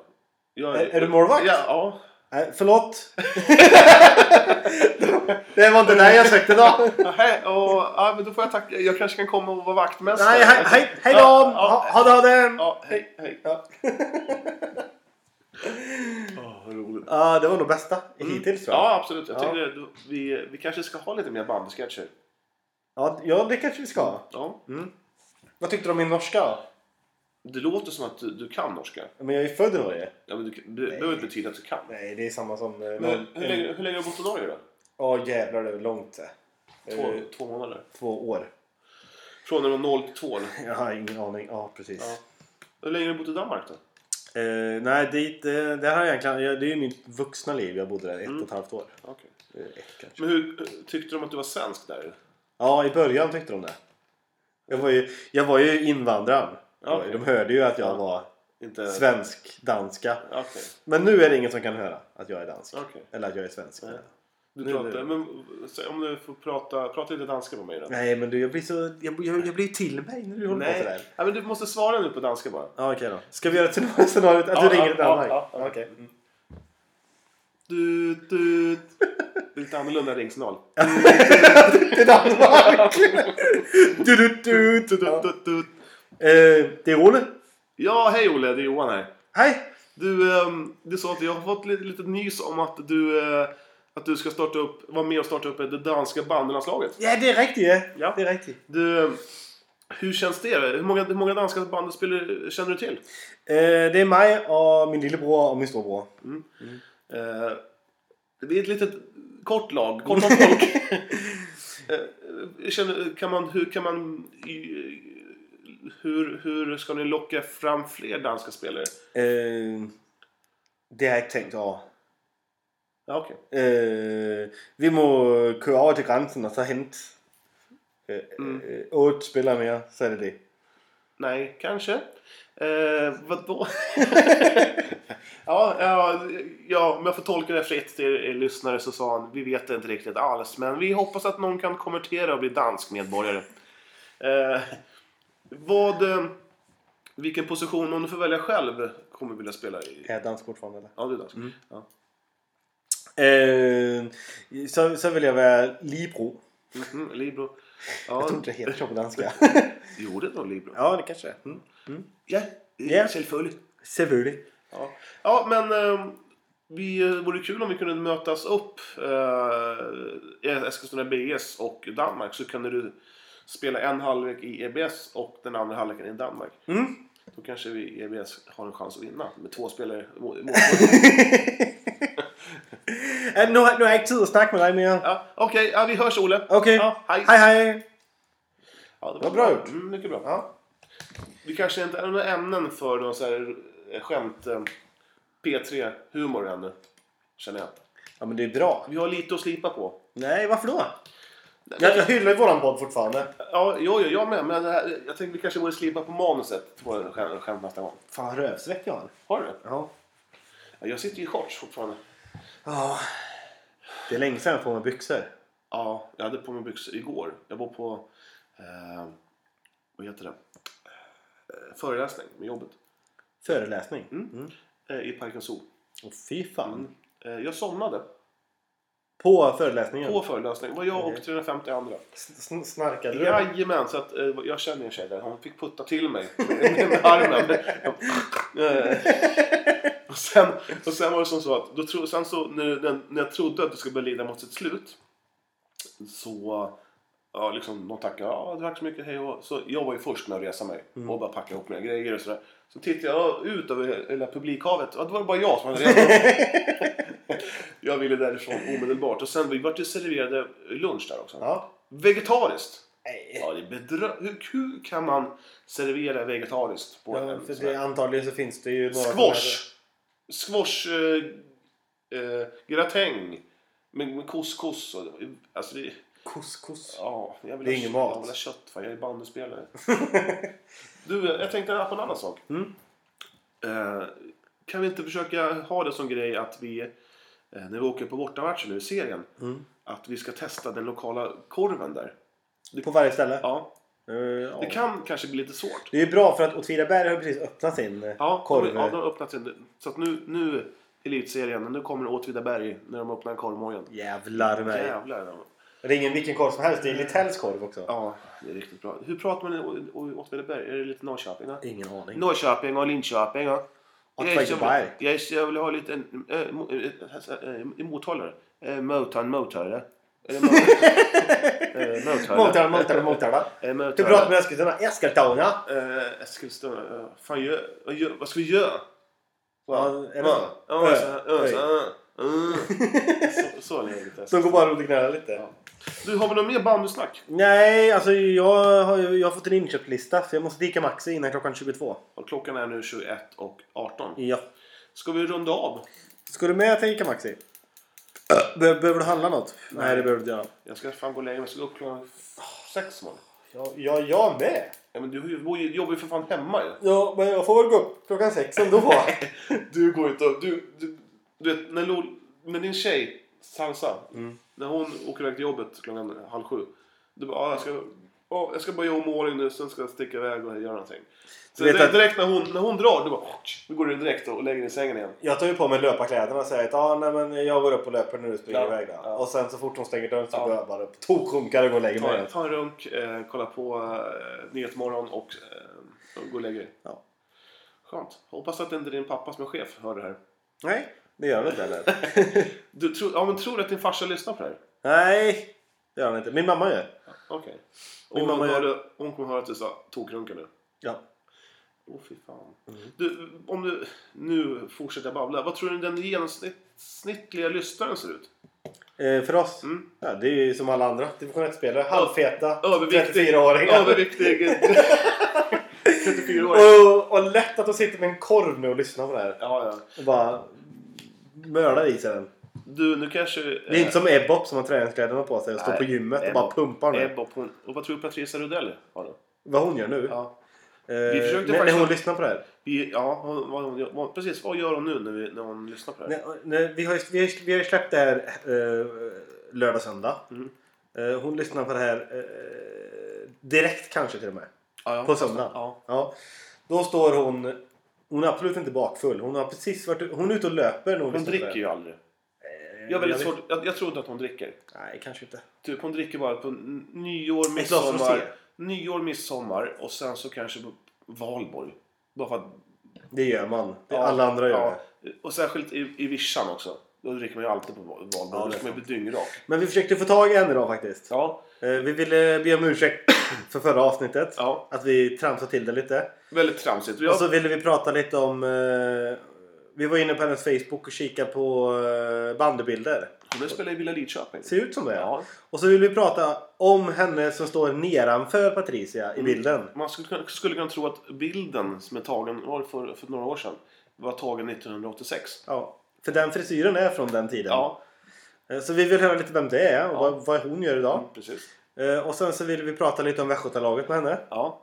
S2: Jag
S1: Är- är du målvakt?
S2: Ja. ja.
S1: Nej, förlåt. det var inte där jag sökte då.
S2: Ja, hej, och, ja, men då får jag tacka. Jag kanske kan komma och vara vaktmästare.
S1: Nej, hej, hej, hej då!
S2: Ja, ja.
S1: Ha, ha det, ha det! Ja,
S2: Ja, hej, hej.
S1: Ja.
S2: Åh, vad roligt.
S1: det var nog bästa hittills tror jag.
S2: Mm. Ja, absolut. Jag
S1: Ja.
S2: tycker det- då- vi, vi kanske ska ha lite mer bandsketcher.
S1: Ja, ja, det kanske vi ska.
S2: Ja.
S1: Vad tyckte du om min norska då?
S2: Det låter som att du, du kan norska.
S1: Ja, Men jag är ju född i Norge.
S2: Ja, men du, det behöver inte betyda att du kan.
S1: Nej, det är samma som... eh,
S2: Men,
S1: någon-
S2: hur, länge, hur länge har du bott i Norge då?
S1: Ja, jävlar det är långt det.
S2: Två,
S1: Eh,
S2: två månader?
S1: Två år.
S2: Från när du var 0 till 2 eller?
S1: Jag har ingen aning. Ja, precis.
S2: Ja. Hur länge har du bott i Danmark då?
S1: Eh, nej, dit, eh, det här har jag egentligen... jag- Det är ju mitt vuxna liv. Jag bodde där ett
S2: Mm.
S1: och ett halvt år.
S2: Okej.
S1: Eh, Ett kanske.
S2: Men hur tyckte de att du var svensk där?
S1: Ja, i början tyckte de det. Jag var ju, jag var ju invandraren.
S2: Ja, okej.
S1: De hörde ju att jag var
S2: Inte...
S1: Svensk-danska.
S2: Okej.
S1: Men nu är det ingen som kan höra att jag är dansk.
S2: Okej.
S1: Eller att jag är svensk.
S2: Nej.
S1: Nej,
S2: Du
S1: Nu-
S2: pratar, men, säg om du får prata, prata lite danska på mig då.
S1: men du, jag blir så... Jag, jag, jag blir till mig när du håller på sådär.
S2: Nej, men du måste svara nu på danska bara.
S1: Ja, okej då. Ska vi göra ett scenario- scenario att du
S2: Ja,
S1: ringer
S2: ja,
S1: till Danmark?
S2: ja, ja.
S1: Okej. Mm.
S2: Du, du. Det är lite annorlunda ringsignal.
S1: Till Danmark! du, du, du, du,
S2: Du,
S1: du.
S2: du, du.
S1: Eh, det är Olle.
S2: Ja, hej Olle, det är Johan här.
S1: Hej!
S2: Du, ehm, det är så att jag har fått lite, lite nys om att du, eh, att du ska starta upp, vara med och starta upp det danska bandylandslaget.
S1: Ja, det är riktigt. Ja.
S2: Ja.
S1: Det är riktigt.
S2: Du, eh, hur känns det? Hur många, hur många danska bandyspelare känner du till?
S1: Eh, det är mig och min lillebror och min storbror.
S2: Eh, det är ett litet kort lag, kort om folk. Eh, känner, kan man, hur kan man... i- Hur, hur ska ni locka fram fler danska spelare?
S1: Eh, det har jag ikke tänkt over.
S2: Ja, okej.
S1: Øh, vi må køre over til grænsen og så hente øh, øh, otte spillere mere, så er det det.
S2: Nej, kanske. Eh, vadå? ja, ja, ja, om jag får tolka det fritt till er lyssnare så sa han vi vet inte riktigt alls, men vi hoppas att någon kan konvertera och bli dansk medborgare. Eh, vad, eh, vilken position, om du får välja själv, kommer du vilja spela i?
S1: Ja, dansk ordform, eller?
S2: Ja, du är dansk.
S1: Mm.
S2: Ja.
S1: Øh, så, så vil jeg være Libro.
S2: Mhm, libro.
S1: Jeg
S2: Ja,
S1: tror ikke, det hedder på dansk, ja.
S2: jo, det är nog Libro.
S1: ja, det kanske det er. Mm.
S2: Ja,
S1: Ja.
S2: självföljligt.
S1: Selvfølgelig.
S2: Ja, ja men eh, vi, eh, vore kul om vi kunde mötas upp eh, Eskilstuna BS och Danmark så kunde du spela en halvlek i EBS och den andra halvleken i Danmark.
S1: Mm.
S2: Då kanske vi i EBS har en chans att vinna med två spelare mot mot-
S1: Ja, nu, har, nu har jeg ikke tid at snakke med dig mere.
S2: ja, Okej, ja, vi hörs Ole.
S1: Okay.
S2: Ja, hej.
S1: Hej, hej.
S2: Ja, det
S1: Vad bra gjort.
S2: Mm, mycket bra. Vi kanske inte har några ämnen för någon så här eh, skämt eh, P3-humor ännu. Känner jag.
S1: Ja, men det är bra.
S2: Vi har lite att slipa på.
S1: Nej, varför då? Jag, jag hyllar ju våran podd fortfarande.
S2: Ja, jo, jo, jag med. Men det här, jag tänkte vi kanske borde slipa på manuset på en skämt, skämt nästa gång.
S1: Fan, rövsveck jag har.
S2: Har du det?
S1: Ja.
S2: Ja, Jag sitter ju i shorts fortfarande.
S1: Ja. Det är länge sedan jag får mig byxor.
S2: Ja, jag hade på mig byxor igår. Jag var på, eh, vad heter det, eh, föreläsning med jobbet
S1: Föreläsning.
S2: eh, i Parken Zoo.
S1: Och fy fan.
S2: Eh, jag somnade
S1: På föreläsningen?
S2: på föreläsningen. Det var jag och 350 andra.
S1: Sn- Snarkade du?
S2: Jajamän, så att, eh, jag känner en tjej där. Hon fick putta till mig med, med armen. Eh, och, sen, och sen var det som så att då tro, sen så, när, när, när jag trodde att det skulle börja lida mot sitt slut så ja, liksom, de tackade ja, tack så mycket, hej och så Jag var ju först med att resa mig och bara packa ihop mina grejer och sådär. Så tittade jag ut över hela publikhavet. Ja, det var bara jag som hade rest Jag ville därifrån omedelbart. Och sen vi vart ju serverade lunch där också.
S1: Ja.
S2: Vegetariskt!
S1: Nej.
S2: Ja, det är bedrö... hur, hur kan man servera vegetariskt på
S1: Ja,
S2: en
S1: för
S2: sån
S1: det,
S2: här...
S1: antagligen så finns det ju några...
S2: Squash! Squash eh, eh, gratäng med, med couscous och... Alltså det...
S1: Couscous.
S2: Ja, jag vill
S1: Det är
S2: ha
S1: ingen
S2: kö-
S1: mat.
S2: Jag vill ha kött, fan. Jag är bandyspelare. du, eh, jag tänkte på en annan sak.
S1: Mm.
S2: Eh, kan vi inte försöka ha det som grej att vi, eh, när vi åker på bortamatcher nu i serien,
S1: Mm.
S2: att vi ska testa den lokala korven där?
S1: På varje ställe?
S2: Ja,
S1: Eh, ja.
S2: det kan kanske bli lite svårt.
S1: Det är ju bra för att Åtvidaberg har precis öppnat sin eh,
S2: Ja,
S1: korv.
S2: De, ja, de har öppnat sin. Så att nu, nu Elitserien, nu kommer Åtvidaberg när de öppnar korvmojen.
S1: Jävlar mig.
S2: Jävlar. de-
S1: Ring vilken korv som helst. Det är Littells korv också.
S2: Ja, det är riktigt bra. Hur pratar man i Å- Å- Åtvidaberg? Är det lite Norrköping? Ja?
S1: Ingen aning.
S2: Norrköping och Linköping. Ja.
S1: Åtvidaberg.
S2: Jag, jag, jag vill ha lite en, äh, eh, mothållare. Äh, motan, mothållare. Eller
S1: Motala,
S2: mothållare.
S1: Motala, Motala.
S2: Eh, mothållare.
S1: Du pratar med Eskilstuna. Eskilstuna!
S2: Eh, Eskilstuna. eh, Fan, gör, vad gör- vad ska vi göra?
S1: Ja, är det
S2: Ja,
S1: så? Eh,
S2: ja,
S1: Ö,
S2: så här, ja,
S1: ö.
S2: så här, ja. Så- Så länge det är.
S1: De går bara runt och gnäller lite.
S2: Ja. Du, har vi något mer bandysnack?
S1: Nej, alltså jag har, ju- jag har fått en inköpslista så jag måste dika Maxi innan klockan 22.
S2: Och klockan är nu 21 och 18.
S1: Ja.
S2: Ska vi runda av?
S1: Ska du med till Ica Maxi? Be- behöver du handla något? Nej, det behöver du inte göra.
S2: Jag ska fan gå och lägga mig. Jag ska gå upp klockan sex imorgon.
S1: Ja, ja, jag med.
S2: Ja, men du bor ju- jobbar ju för fan hemma ju.
S1: Ja, men jag får väl gå upp klockan sex ändå.
S2: Du går inte och... Du, du, du vet, när Lol, med din tjej Sansa,
S1: Mm.
S2: när hon åker iväg till jobbet klockan halv sju. Du bara, ah, jag, ska, ah, jag ska bara göra om ordning nu, sen ska jag sticka iväg och göra någonting.
S1: Du
S2: Så
S1: vet
S2: direkt,
S1: att-
S2: direkt när, hon, när hon drar, du bara... Nu går du direkt och lägger dig i sängen igen.
S1: jag tar ju på mig löparkläderna och säger att ah, nej, men jag går upp och löper när du springer
S2: Ja.
S1: iväg. Då.
S2: Ja.
S1: Och sen så fort hon stänger dörren så
S2: Ja.
S1: går jag bara upp, tokrunkar och går och lägger mig.
S2: Ta, ta en runk, eh, kolla på eh, Nyhetsmorgon och, eh, och gå och lägga dig.
S1: Ja.
S2: Skönt. Hoppas att inte din pappa som är chef hör det här.
S1: Nej, det gör han inte heller.
S2: Du, tror- ja, men tror du att din farsa lyssnar på det här?
S1: nej, det gör han inte. Min mamma gör.
S2: Okej.
S1: Min
S2: Hon,
S1: mamma
S2: hörde-
S1: gör-
S2: hon kommer höra att du sa tokrunkar nu.
S1: Ja. Mm.
S2: Åh fy fan. Du, om du, nu fortsätter jag babbla. Vad tror du den genomsnittliga lyssnaren ser ut?
S1: Eh, för oss?
S2: Mm.
S1: Ja, det är ju som alla andra division 1-spelare. Halvfeta,
S2: Överviktig.
S1: 34-åringar.
S2: Överviktig. 34 år.
S1: Och, och lätt att de sitter med en korv nu och lyssnar på det här.
S2: Ja, ja.
S1: Och bara mördar i sig den.
S2: Du, nu kanske... eh,
S1: Det är inte som Ebbop som har träningskläderna på sig och står på gymmet och bara pumpar nu.
S2: Ebba, hon, och vad tror du Patricia Rudell har
S1: Mm.
S2: då?
S1: Vad hon gör nu?
S2: Ja.
S1: Eh,
S2: Vi försökte
S1: när, när
S2: faktiskt-
S1: hon lyssnar på det här.
S2: Vi, ja, hon, vad hon, gör- vad, precis. Vad gör hon nu när, vi, när hon lyssnar på det här?
S1: Nej, nej, vi, har ju, vi, har ju, vi har ju släppt det här eh, lördag och söndag.
S2: Mm.
S1: Eh, hon lyssnar på det här eh, direkt kanske till och med.
S2: Ja, ja.
S1: På söndagen.
S2: Ja.
S1: Då står hon... Hon är absolut inte bakfull. Hon har precis varit Hon är ute och löper när hon
S2: Hon
S1: lyssnar på det
S2: dricker
S1: här.
S2: ju aldrig.
S1: Eh,
S2: Jag, har väldigt
S1: vet-
S2: svårt, jag, jag tror inte att hon dricker.
S1: Nej, kanske inte.
S2: Typ hon dricker bara på n- nyår,
S1: Ett glas rosé.
S2: midsommar. Nyår, midsommar och sen så kanske på valborg. Bara för att...
S1: Det gör man. Det,
S2: ja,
S1: alla andra gör
S2: ja.
S1: det.
S2: Och särskilt i, i vischan också. Då dricker man ju alltid på val- valborg.
S1: det
S2: då
S1: är
S2: ska man ju bli dyngrak.
S1: Men vi försökte få tag i henne idag faktiskt.
S2: Ja,
S1: Eh, vi ville be om ursäkt för förra avsnittet.
S2: ja.
S1: Att vi tramsade till det lite.
S2: Väldigt tramsigt. Och Jag,
S1: Och så ville vi prata lite om... Eh, vi var inne på hennes Facebook och kikade på eh, bandybilder.
S2: hon spelar i Villa Lidköping.
S1: Ser ut som det.
S2: Ja.
S1: Och så ville vi prata om henne som står nedanför Patricia
S2: Mm.
S1: i bilden.
S2: Man skulle, kunna- skulle kunna tro att bilden som är tagen var det för, för några år sedan var tagen 1986.
S1: Ja. För den frisyren är från den tiden.
S2: Ja,
S1: Eh, Så vi vill höra lite vem det är och
S2: Ja. Mm.
S1: vad, vad hon gör idag.
S2: precis.
S1: Eh, Och sen så vill vi prata lite om Västgötalaget med henne.
S2: Ja.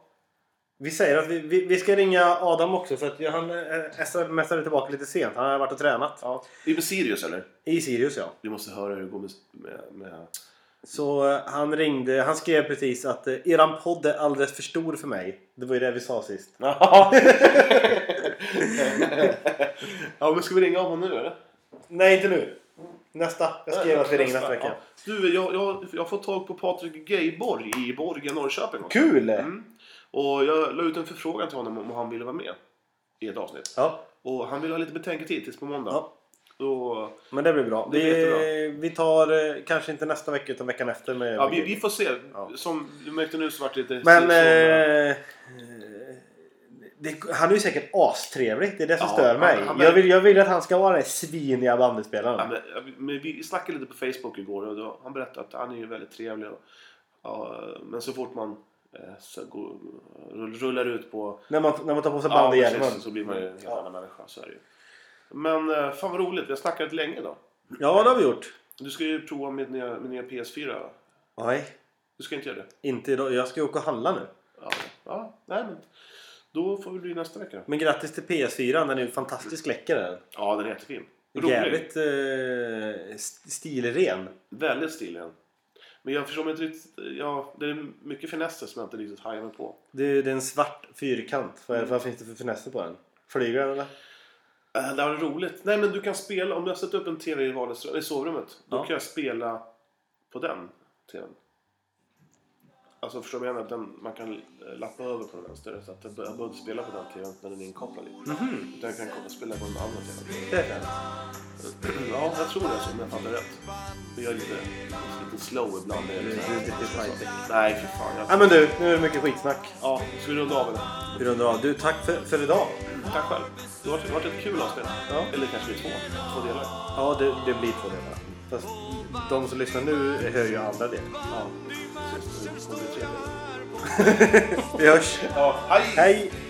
S1: Vi säger att vi, vi, vi ska ringa Adam också för att han eh, smsade tillbaka lite sent. Han har varit och tränat.
S2: ja. Det är med Sirius eller?
S1: I Sirius ja.
S2: Vi måste höra hur det går med... med, med...
S1: Så eh, han ringde, han skrev precis att eh, eran podd är alldeles för stor för mig. Det var ju det vi sa sist.
S2: ja, men ska vi ringa om honom nu eller?
S1: Nej inte nu. Nästa. Jag skrev att vi ringer nästa vecka.
S2: Ja. Du, jag, jag, jag har fått tag på Patrik Geiborg i Borga, Norrköping. också.
S1: Kul!
S2: Mm. Och jag la ut en förfrågan till honom om han ville vara med i ett avsnitt.
S1: Ja,
S2: Och han ville ha lite betänketid tills på måndag.
S1: Ja.
S2: Och,
S1: men det blir bra.
S2: Det
S1: Vi,
S2: blir
S1: vi tar eh, kanske inte nästa vecka utan veckan efter med
S2: ja, vi, vi får se.
S1: Ja.
S2: Som du märkte nu så vart det lite...
S1: Men
S2: så-
S1: eh, det, han är ju säkert astrevlig. Det är det som
S2: Ja,
S1: stör
S2: han-
S1: mig.
S2: han-
S1: jag, vill, jag vill att han ska vara den sviniga bandyspelaren.
S2: Ja, men, men vi snackade lite på Facebook igår och då, han berättade att han är ju väldigt trevlig. Och, ja, men så fort man eh, så går, rullar ut på
S1: när, man, när man tar på sig bandyhjälmen.
S2: precis, så blir man liksom. ju en helt
S1: Ja.
S2: annan människa. Så är det ju. Men eh, fan vad roligt, vi har snackat länge då.
S1: Ja, det har vi gjort.
S2: Du ska ju prova min nya, min nya PS4.
S1: Nej,
S2: Du ska inte göra det?
S1: inte idag. Jag ska ju åka och handla nu.
S2: Ja, ja nej men. Då får vi bli nästa vecka.
S1: Men grattis till PS4. Den är ju fantastiskt läcker. Den.
S2: Ja, den är jättefin. Rolig.
S1: Jävligt eh, st- stilren.
S2: Väldigt stilig. Men jag förstår mig inte riktigt. Ja, det är mycket finesser som jag inte riktigt hajar mig på.
S1: Det är, det är en svart fyrkant. Vad, är det- vad finns det för finesser på den? Flyger den eller?
S2: Äh, Det här är roligt. Nej men du kan spela, om du har satt upp en TV i, vardagsrum, i sovrummet. Då
S1: Ja.
S2: kan jag spela på den TVn. Alltså förstår du vad jag menar? Den, man kan eh, lappa över på den vänster. Så att jag behöver inte spela på den TVn när den är inkopplad. Mm-hmm. Utan jag kan koppla- spela på den andra TVn.
S1: Det är fint.
S2: Ja, jag tror det alltså, om jag fattar rätt. Men jag är lite, lite slow ibland.
S1: Det- det- det- det är
S2: så.
S1: fighting.
S2: Nej, för fan. Jag...
S1: Ja men du, nu är det mycket skitsnack.
S2: Ja, ska vi runda av eller?
S1: Vi rundar av. Du, tack för, för idag.
S2: Tack själv. Det har varit- det har varit ett kul avsnitt.
S1: Ja.
S2: Eller kanske två. Två delar.
S1: Ja, det, det blir två delar. Fast de som lyssnar nu hör ju andra delen.
S2: Ja. Så, så, så, så, så, så, så, så, så.
S1: Vi hörs!
S2: Ja, hej!
S1: Hej!